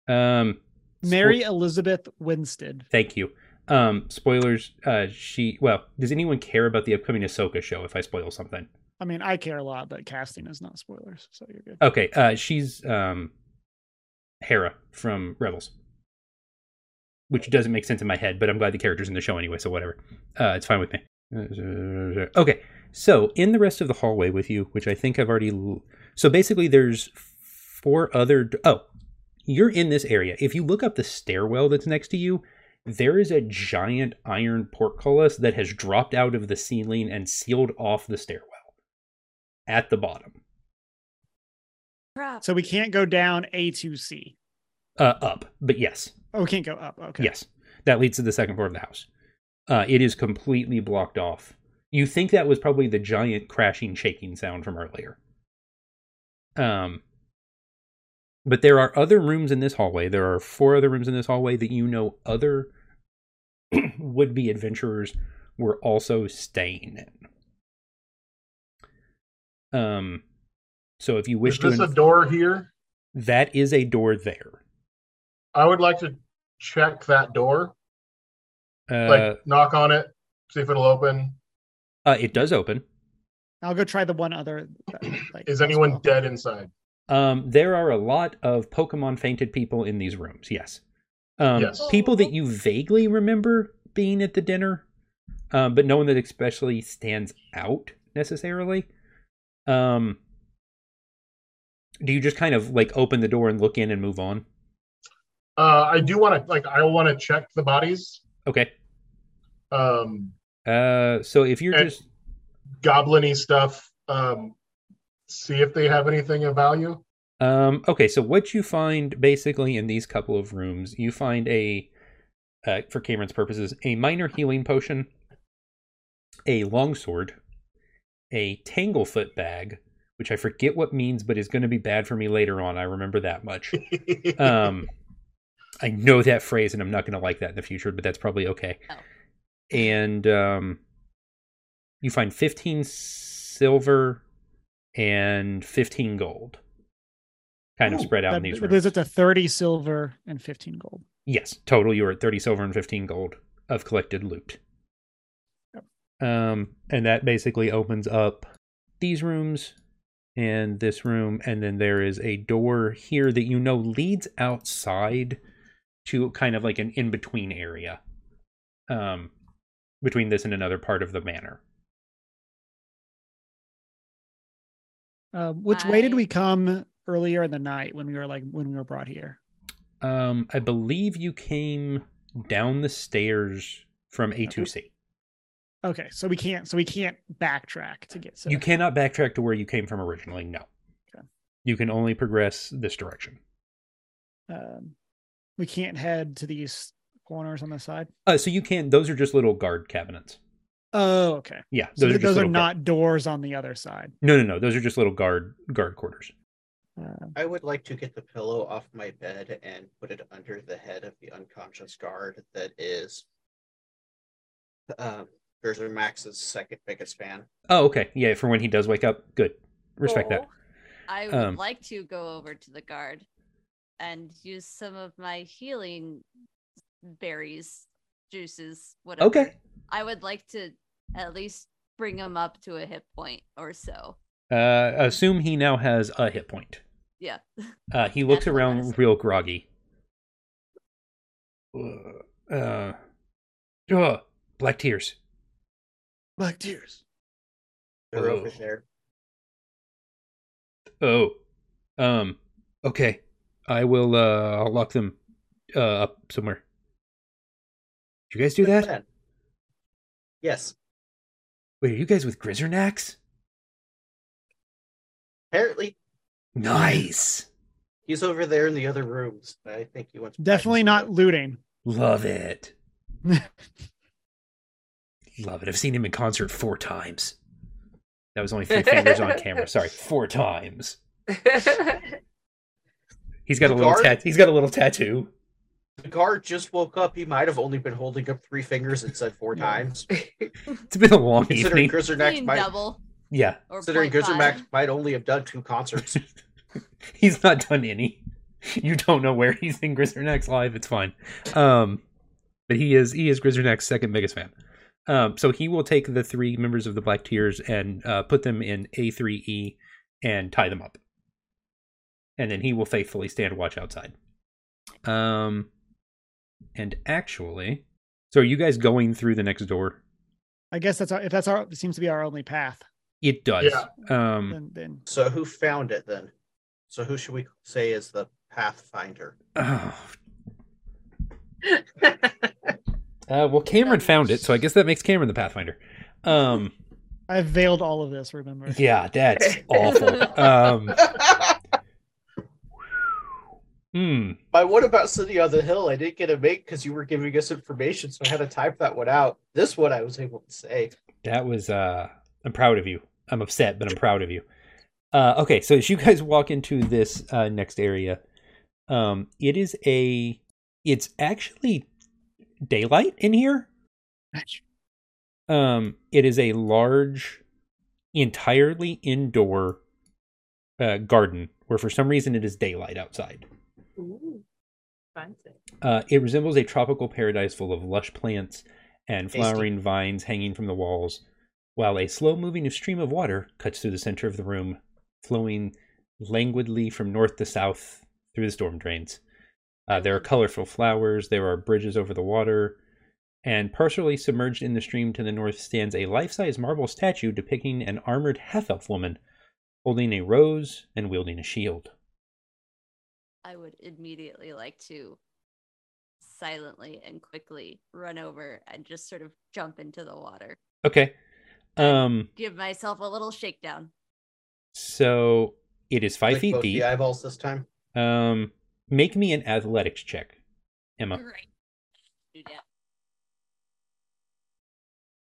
[SPEAKER 2] um
[SPEAKER 4] Mary Elizabeth Winstead.
[SPEAKER 2] Thank you. Um spoilers uh she well, does anyone care about the upcoming Ahsoka show if I spoil something?
[SPEAKER 4] I mean, I care a lot, but casting is not spoilers, so you're good.
[SPEAKER 2] Okay, uh, she's um, Hera from Rebels, which doesn't make sense in my head, but I'm glad the character's in the show anyway, so whatever. Uh, it's fine with me. Okay, so in the rest of the hallway with you, which I think I've already. l- So basically, there's four other. d- Oh, you're in this area. If you look up the stairwell that's next to you, there is a giant iron portcullis that has dropped out of the ceiling and sealed off the stairwell at the bottom.
[SPEAKER 6] Crap.
[SPEAKER 4] So we can't go down A to C.
[SPEAKER 2] uh, up, but yes,
[SPEAKER 4] Oh, we can't go up. Okay.
[SPEAKER 2] yes, that leads to the second floor of the house. Uh, it is completely blocked off. You think that was probably the giant crashing, shaking sound from earlier. Um, but there are other rooms in this hallway. There are four other rooms in this hallway that you know other *clears throat* would be adventurers were also staying in. Um, so if you wish
[SPEAKER 5] is this
[SPEAKER 2] to,
[SPEAKER 5] a door here?
[SPEAKER 2] that is a door there.
[SPEAKER 5] I would like to check that door,
[SPEAKER 2] Uh,
[SPEAKER 5] like knock on it, see if it'll open.
[SPEAKER 2] uh, it does open.
[SPEAKER 4] I'll go try the one other. uh, Like, as
[SPEAKER 5] Is anyone
[SPEAKER 4] well.
[SPEAKER 5] dead inside?
[SPEAKER 2] Um, there are a lot of Pokemon fainted people in these rooms. Yes, um,
[SPEAKER 5] Yes.
[SPEAKER 2] people that you vaguely remember being at the dinner, um, but no one that especially stands out necessarily. Um, do you just kind of like open the door and look in and move on?
[SPEAKER 5] Uh, I do want to like I want to check the bodies.
[SPEAKER 2] Okay.
[SPEAKER 5] Um,
[SPEAKER 2] Uh, so if you're
[SPEAKER 5] Eh.
[SPEAKER 2] just
[SPEAKER 5] goblin-y stuff. Um, see if they have anything of value.
[SPEAKER 2] Um, okay, so what you find basically in these couple of rooms, you find a, uh, for Cameron's purposes, a minor healing potion, a longsword, a tanglefoot bag, which I forget what means, but is going to be bad for me later on. I remember that much. Um, I know that phrase, and I'm not going to like that in the future, but that's probably okay.
[SPEAKER 6] Oh.
[SPEAKER 2] And um, you find 15 silver and 15 gold kind of
[SPEAKER 3] Ooh,
[SPEAKER 2] spread out
[SPEAKER 4] That-
[SPEAKER 2] in these
[SPEAKER 4] that
[SPEAKER 2] rooms.
[SPEAKER 4] brings it to 30 silver and 15 gold.
[SPEAKER 2] Yes, total you were at 30 silver and 15 gold of collected loot. Um and that basically opens up these rooms and this room and then there is a door here that you know leads outside to kind of like an in-between area. Um between this and another part of the manor.
[SPEAKER 4] Um, which way did
[SPEAKER 6] I-
[SPEAKER 4] we come earlier in the night when we were like when we were brought here?
[SPEAKER 2] Um I believe you came down the stairs from A2C.
[SPEAKER 4] Okay, so we can't so we can't backtrack to get so
[SPEAKER 2] You cannot backtrack to where you came from originally. No.
[SPEAKER 4] Okay.
[SPEAKER 2] You can only progress this direction.
[SPEAKER 4] um, we can't head to these corners on the side.
[SPEAKER 2] Uh, so you can. Those are just little guard cabinets.
[SPEAKER 4] Oh, okay.
[SPEAKER 2] Yeah,
[SPEAKER 4] So
[SPEAKER 2] those are
[SPEAKER 4] th-
[SPEAKER 2] just
[SPEAKER 4] those are
[SPEAKER 2] little guard-
[SPEAKER 4] not doors on the other side.
[SPEAKER 2] No, no, no. Those are just little guard guard quarters.
[SPEAKER 4] Uh,
[SPEAKER 3] I would like to get the pillow off my bed and put it under the head of the unconscious guard that is um Gerzer Max's second biggest fan.
[SPEAKER 2] Oh, okay. Yeah, for when he does wake up. Good. Respect that.
[SPEAKER 6] Or I would
[SPEAKER 2] Um,
[SPEAKER 6] like to go over to the guard and use some of my healing berries, juices, whatever.
[SPEAKER 2] Okay.
[SPEAKER 6] I would like to at least bring him up to a hit point or so.
[SPEAKER 2] Uh, assume he now has a hit point.
[SPEAKER 6] Yeah.
[SPEAKER 2] Uh, he looks
[SPEAKER 6] That's what I
[SPEAKER 2] around
[SPEAKER 6] said.
[SPEAKER 2] real groggy. Uh, uh, ugh, black tears.
[SPEAKER 4] black tears.
[SPEAKER 3] The roof
[SPEAKER 2] Oh.
[SPEAKER 3] is there.
[SPEAKER 2] Oh, um, okay. I will. Uh, I'll lock them uh, up somewhere. Did you guys do
[SPEAKER 3] Good
[SPEAKER 2] that?
[SPEAKER 3] plan. Yes.
[SPEAKER 2] Wait, are you guys with Grizzernax?
[SPEAKER 3] Apparently
[SPEAKER 2] Nice.
[SPEAKER 3] he's over there in the other rooms. but I think he wants
[SPEAKER 4] Definitely not looting. *laughs*
[SPEAKER 2] Love it. Love it. I've seen him in concert four times. That was only three fingers on camera. Sorry, four times. He's got a little
[SPEAKER 3] Guard-
[SPEAKER 2] tat- he's got a little tattoo.
[SPEAKER 3] the guard just woke up. He might have only been holding up three fingers and said four times. *laughs*
[SPEAKER 2] It's been a long
[SPEAKER 3] Considering
[SPEAKER 2] evening.
[SPEAKER 3] Grizzard Max
[SPEAKER 6] Clean
[SPEAKER 3] might
[SPEAKER 6] double
[SPEAKER 2] yeah.
[SPEAKER 6] or
[SPEAKER 3] considering
[SPEAKER 6] 0.5.
[SPEAKER 3] Grizzard Max might only have done two concerts. *laughs*
[SPEAKER 2] *laughs* he's not done any. You don't know where he's in Grizzernax live. It's fine. Um, but he is he is Grizzernak's second biggest fan. Um, so he will take the three members of the Black Tears and uh, put them in A3E and tie them up, and then he will faithfully stand watch outside. Um, and actually, so are you guys going through the next door?
[SPEAKER 4] I guess that's our, if that's our it seems to be our only path.
[SPEAKER 2] It does.
[SPEAKER 5] Yeah.
[SPEAKER 2] Um,
[SPEAKER 4] Then then
[SPEAKER 3] So who found it then? So who should we say is the pathfinder?
[SPEAKER 2] *sighs* oh, Uh, well, Cameron found it, so I guess that makes Cameron the Pathfinder. Um,
[SPEAKER 4] I've veiled all of this. Remember?
[SPEAKER 2] yeah, that's awful. Um, hmm.
[SPEAKER 3] *laughs* My what about City on the Hill? I didn't get a make because you were giving us information, so I had to type that one out. This one I was able to say.
[SPEAKER 2] That was uh I'm proud of you. I'm upset, but I'm proud of you. Uh okay, so as you guys walk into this uh next area, um it is a it's actually daylight in here. Um it is a large entirely indoor uh garden where for some reason it is daylight outside.
[SPEAKER 7] Ooh, *laughs* fancy.
[SPEAKER 2] Uh, it resembles a tropical paradise full of lush plants and
[SPEAKER 3] Tasty.
[SPEAKER 2] flowering vines hanging from the walls, while a slow moving stream of water cuts through the center of the room, flowing languidly from north to south through the storm drains. Uh, there are colorful flowers, there are bridges over the water, and partially submerged in the stream to the north stands a life size marble statue depicting an armored half elf woman holding a rose and wielding a shield.
[SPEAKER 6] I would immediately like to silently and quickly run over and just sort of jump into the water.
[SPEAKER 2] Okay. Um.
[SPEAKER 6] Give myself a little shakedown.
[SPEAKER 2] So it is five
[SPEAKER 3] Like
[SPEAKER 2] feet
[SPEAKER 3] both
[SPEAKER 2] deep.
[SPEAKER 3] The eyeballs this time.
[SPEAKER 2] Um, make me an athletics check, Emma.
[SPEAKER 6] Great. Do that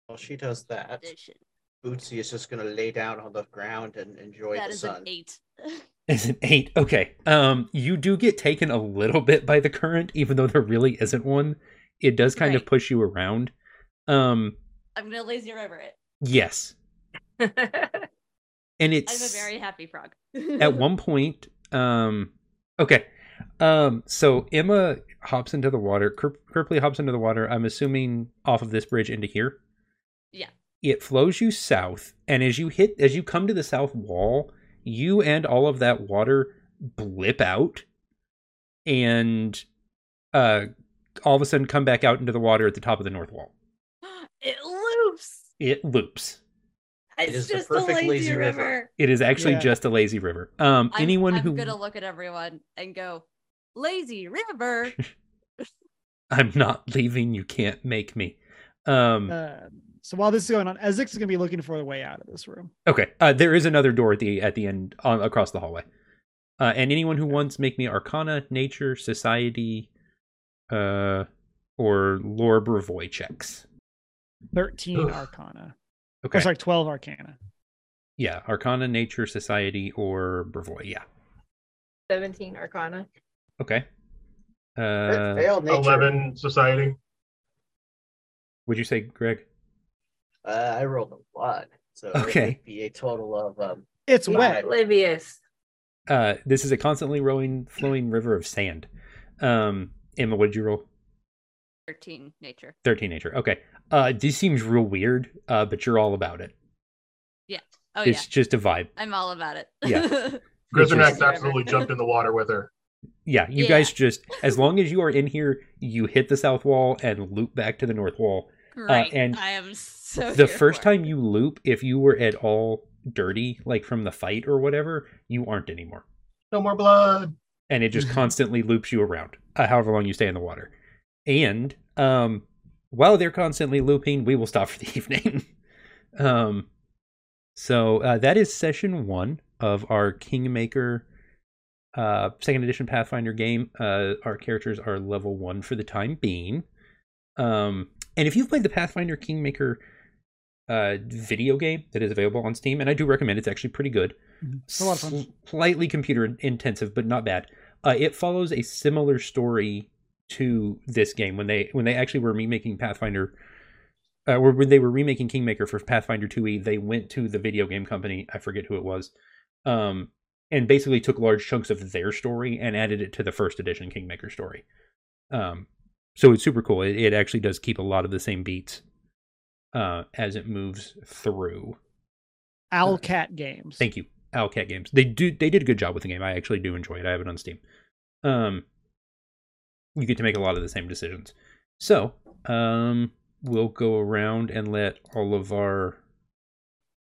[SPEAKER 3] Well, she does that.
[SPEAKER 6] addition.
[SPEAKER 3] Bootsy is just going to lay down on the ground and enjoy
[SPEAKER 6] That
[SPEAKER 3] the
[SPEAKER 6] is an
[SPEAKER 3] sun.
[SPEAKER 6] eight. *laughs*
[SPEAKER 2] It's an eight. *laughs* Okay. Um, you do get taken a little bit by the current, even though there really isn't one. It does kind of
[SPEAKER 6] Right.
[SPEAKER 2] push you around. Um,
[SPEAKER 6] I'm gonna lazy river it.
[SPEAKER 2] Yes.
[SPEAKER 7] I'm
[SPEAKER 2] And
[SPEAKER 6] I'm a
[SPEAKER 2] it's
[SPEAKER 6] very happy frog.
[SPEAKER 2] at one point um okay um so emma hops into the water Kir- kirpley hops into the water i'm assuming off of this bridge into here
[SPEAKER 6] Yeah.
[SPEAKER 2] it flows you south and as you hit as you come to the south wall you and all of that water blip out and uh all of a sudden come back out into the water at the top of the north wall
[SPEAKER 6] *laughs* it loops.
[SPEAKER 2] it loops
[SPEAKER 6] It's
[SPEAKER 3] is the
[SPEAKER 6] just a
[SPEAKER 3] perfect
[SPEAKER 6] lazy,
[SPEAKER 3] lazy
[SPEAKER 6] river.
[SPEAKER 3] river.
[SPEAKER 2] it is actually
[SPEAKER 4] Yeah.
[SPEAKER 2] just a lazy river um
[SPEAKER 6] I'm,
[SPEAKER 2] anyone
[SPEAKER 6] I'm
[SPEAKER 2] who
[SPEAKER 6] gonna look at everyone and go, lazy
[SPEAKER 2] *laughs*
[SPEAKER 6] river.
[SPEAKER 2] i'm not leaving you can't make me um
[SPEAKER 4] *laughs* Um, so while this is going on, Ezix is going to be looking for a way out of this room.
[SPEAKER 2] Okay. Uh, there is another door at the at the end on, across the hallway. Uh, and anyone who wants make me Arcana, Nature, Society, uh, or Lore Bravoy checks.
[SPEAKER 4] 13
[SPEAKER 5] Ugh.
[SPEAKER 4] Arcana.
[SPEAKER 2] Okay.
[SPEAKER 4] That's like 12 Arcana.
[SPEAKER 2] Yeah, Arcana, Nature, Society, or Bravoy. Yeah.
[SPEAKER 7] 17 Arcana.
[SPEAKER 2] Okay.
[SPEAKER 3] Fail
[SPEAKER 2] Uh,
[SPEAKER 3] failed nature.
[SPEAKER 5] Eleven society.
[SPEAKER 2] would you say, Greg?
[SPEAKER 3] Uh, I rolled a lot, so
[SPEAKER 2] Okay.
[SPEAKER 3] it would be a total of um.
[SPEAKER 4] It's wet.
[SPEAKER 3] Five.
[SPEAKER 7] Oblivious.
[SPEAKER 2] Uh, this is a constantly rolling, flowing river of sand. Um, Emma, what did you roll?
[SPEAKER 6] Thirteen nature.
[SPEAKER 2] Thirteen nature. Okay. Uh, this seems real weird. Uh, but you're all about it.
[SPEAKER 6] Oh
[SPEAKER 2] it's just a vibe.
[SPEAKER 6] yeah, I'm all about it. *laughs*
[SPEAKER 2] Yeah. Uh, It's just-
[SPEAKER 5] Grizzernax absolutely jumped in the water with her.
[SPEAKER 2] Yeah, you
[SPEAKER 6] Yeah.
[SPEAKER 2] guys just as long as you are in here, you hit the south wall and loop back to the north wall.
[SPEAKER 6] Great.
[SPEAKER 2] and
[SPEAKER 6] I am so.
[SPEAKER 2] the
[SPEAKER 6] here
[SPEAKER 2] first
[SPEAKER 6] for it.
[SPEAKER 2] time you loop, if you were at all dirty, like from the fight or whatever, you aren't anymore,
[SPEAKER 5] No more blood.
[SPEAKER 2] and it just constantly loops you around, uh, however long you stay in the water. And um, while they're constantly looping, we will stop for the *laughs* evening. um, so uh, that is session one of our Kingmaker uh, second edition Pathfinder game. Uh, our characters are level one for the time being. Um, and if you've played the Pathfinder Kingmaker uh, video game that is available on Steam, and I do recommend it, it's actually pretty good.
[SPEAKER 4] Mhm. It's a lot of fun.
[SPEAKER 2] Slightly computer in- intensive, but not bad. Uh, it follows a similar story to this game when they when they actually were remaking Pathfinder. Uh, or when they were remaking Kingmaker for Pathfinder 2e, they went to the video game company. I forget who it was, um, and basically took large chunks of their story and added it to the first edition Kingmaker story. Um, so it's super cool. It, it actually does keep a lot of the same beats uh, as it moves through.
[SPEAKER 4] Owlcat games.
[SPEAKER 2] Thank you, Owlcat Games. They do they did a good job with the game. I actually do enjoy it. I have it on Steam. Um, you get to make a lot of the same decisions. So um, we'll go around and let all of our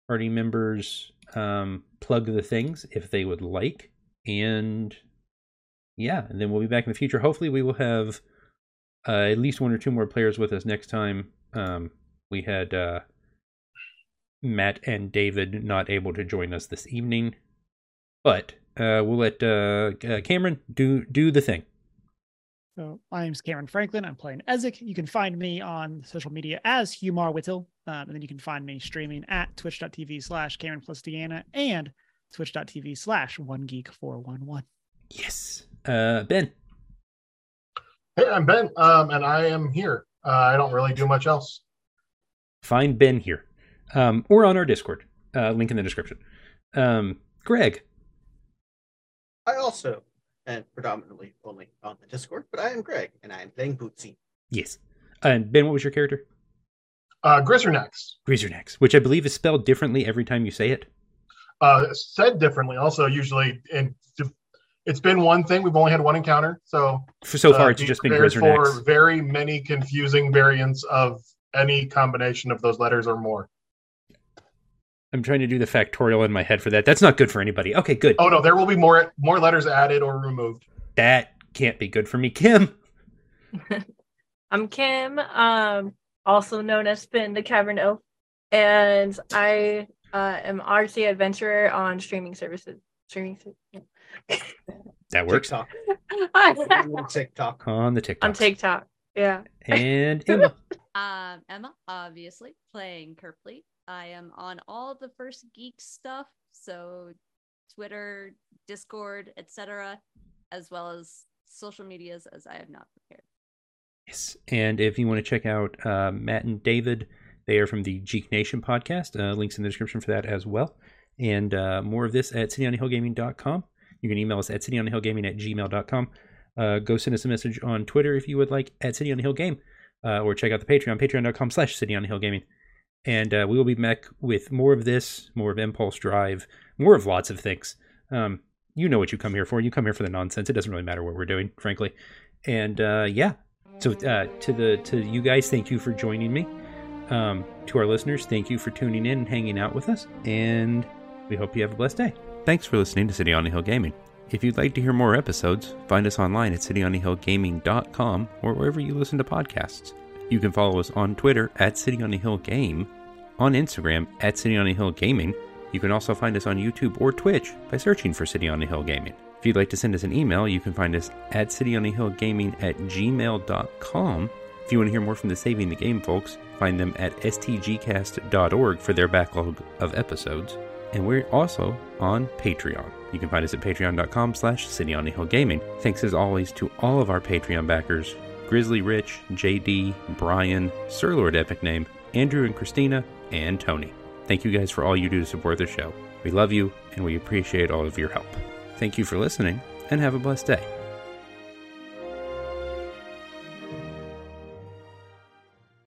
[SPEAKER 2] party members um, plug the things if they would like, and yeah, and then we'll be back in the future. Hopefully, we will have uh, at least one or two more players with us next time. Um, we had. Uh, Matt and David not able to join us this evening, but uh, we'll let uh, uh, Cameron do do the thing.
[SPEAKER 4] So my name's Cameron Franklin. I'm playing Ezek. You can find me on social media as Humar Whittle. Um, and then you can find me streaming at twitch.tv slash Cameron plus Deanna and twitch.tv slash one geek 411.
[SPEAKER 2] Yes, uh, Ben.
[SPEAKER 5] Hey, I'm Ben, um, and I am here. Uh, I don't really do much else.
[SPEAKER 2] Find Ben here, um, or on our Discord. Uh, link in the description. Um, Greg.
[SPEAKER 3] I also, and predominantly only on the Discord, but I am Greg, and I am playing Bootsy.
[SPEAKER 2] Yes, and Ben. What was your character?
[SPEAKER 5] Uh, Grizzernax
[SPEAKER 2] Greasernax, which I believe is spelled differently every time you say it.
[SPEAKER 5] uh, said differently. Also, usually, and it's been one thing. We've only had one encounter, so
[SPEAKER 2] For so
[SPEAKER 5] uh,
[SPEAKER 2] far, it's
[SPEAKER 5] be
[SPEAKER 2] just been
[SPEAKER 5] prepared for
[SPEAKER 2] Greasernax.
[SPEAKER 5] very many confusing variants of any combination of those letters or more.
[SPEAKER 2] I'm trying to do the factorial in my head for that. That's not good for anybody. Okay, good.
[SPEAKER 5] Oh no, there will be more more letters added or removed.
[SPEAKER 2] That can't be good for me, Kim.
[SPEAKER 7] I'm Kim, um, also known as Spin the Cavern Elf, and I uh, am RC Adventurer on streaming services. Streaming. ser- *laughs*
[SPEAKER 2] That works
[SPEAKER 3] TikTok. *laughs* TikTok.
[SPEAKER 2] on the TikTok.
[SPEAKER 7] on TikTok. Yeah.
[SPEAKER 2] and Emma.
[SPEAKER 6] Um, Emma, obviously, playing Kerpley. I am on all the first geek stuff, so Twitter, Discord, etc., as well as social medias, as I am not prepared.
[SPEAKER 2] Yes. And if you want to check out uh, Matt and David,
[SPEAKER 9] They are from the Geek Nation podcast. Uh, links in the description for that as well. And uh, more of this at cityonthehillgaming.com. You can email us at cityonthehillgaming at gmail.com. Uh, go send us a message on Twitter if you would like at City on the Hill Game, uh, or check out the Patreon, patreon.com slash City on the Hill Gaming. And uh, we will be back with more of this, more of Impulse Drive, more of lots of things. Um, you know what you come here for. You come here for the nonsense. It doesn't really matter what we're doing, frankly. And uh, yeah, so uh, to the to you guys, thank you for joining me. Um, to our listeners, thank you for tuning in and hanging out with us. And we hope you have a blessed day.
[SPEAKER 2] Thanks for listening to City on the Hill Gaming. If you'd like to hear more episodes, find us online at cityonthehillgaming.com or wherever you listen to podcasts. You can follow us on Twitter at City on the Hill Game, on Instagram at City on the Hill Gaming. You can also find us on YouTube or Twitch by searching for City on the Hill Gaming. If you'd like to send us an email, you can find us at cityonthehillgaming at gmail.com. If you want to hear more from the Saving the Game folks, find them at stgcast.org for their backlog of episodes. And we're also on Patreon. You can find us at patreon.com slash City on the Hill Gaming. Thanks as always to all of our Patreon backers, Grizzly Rich, JD, Brian, Sir Lord Epic Name, Andrew and Christina, and Tony. Thank you guys for all you do to support the show. We love you and we appreciate all of your help. Thank you for listening and have a blessed day.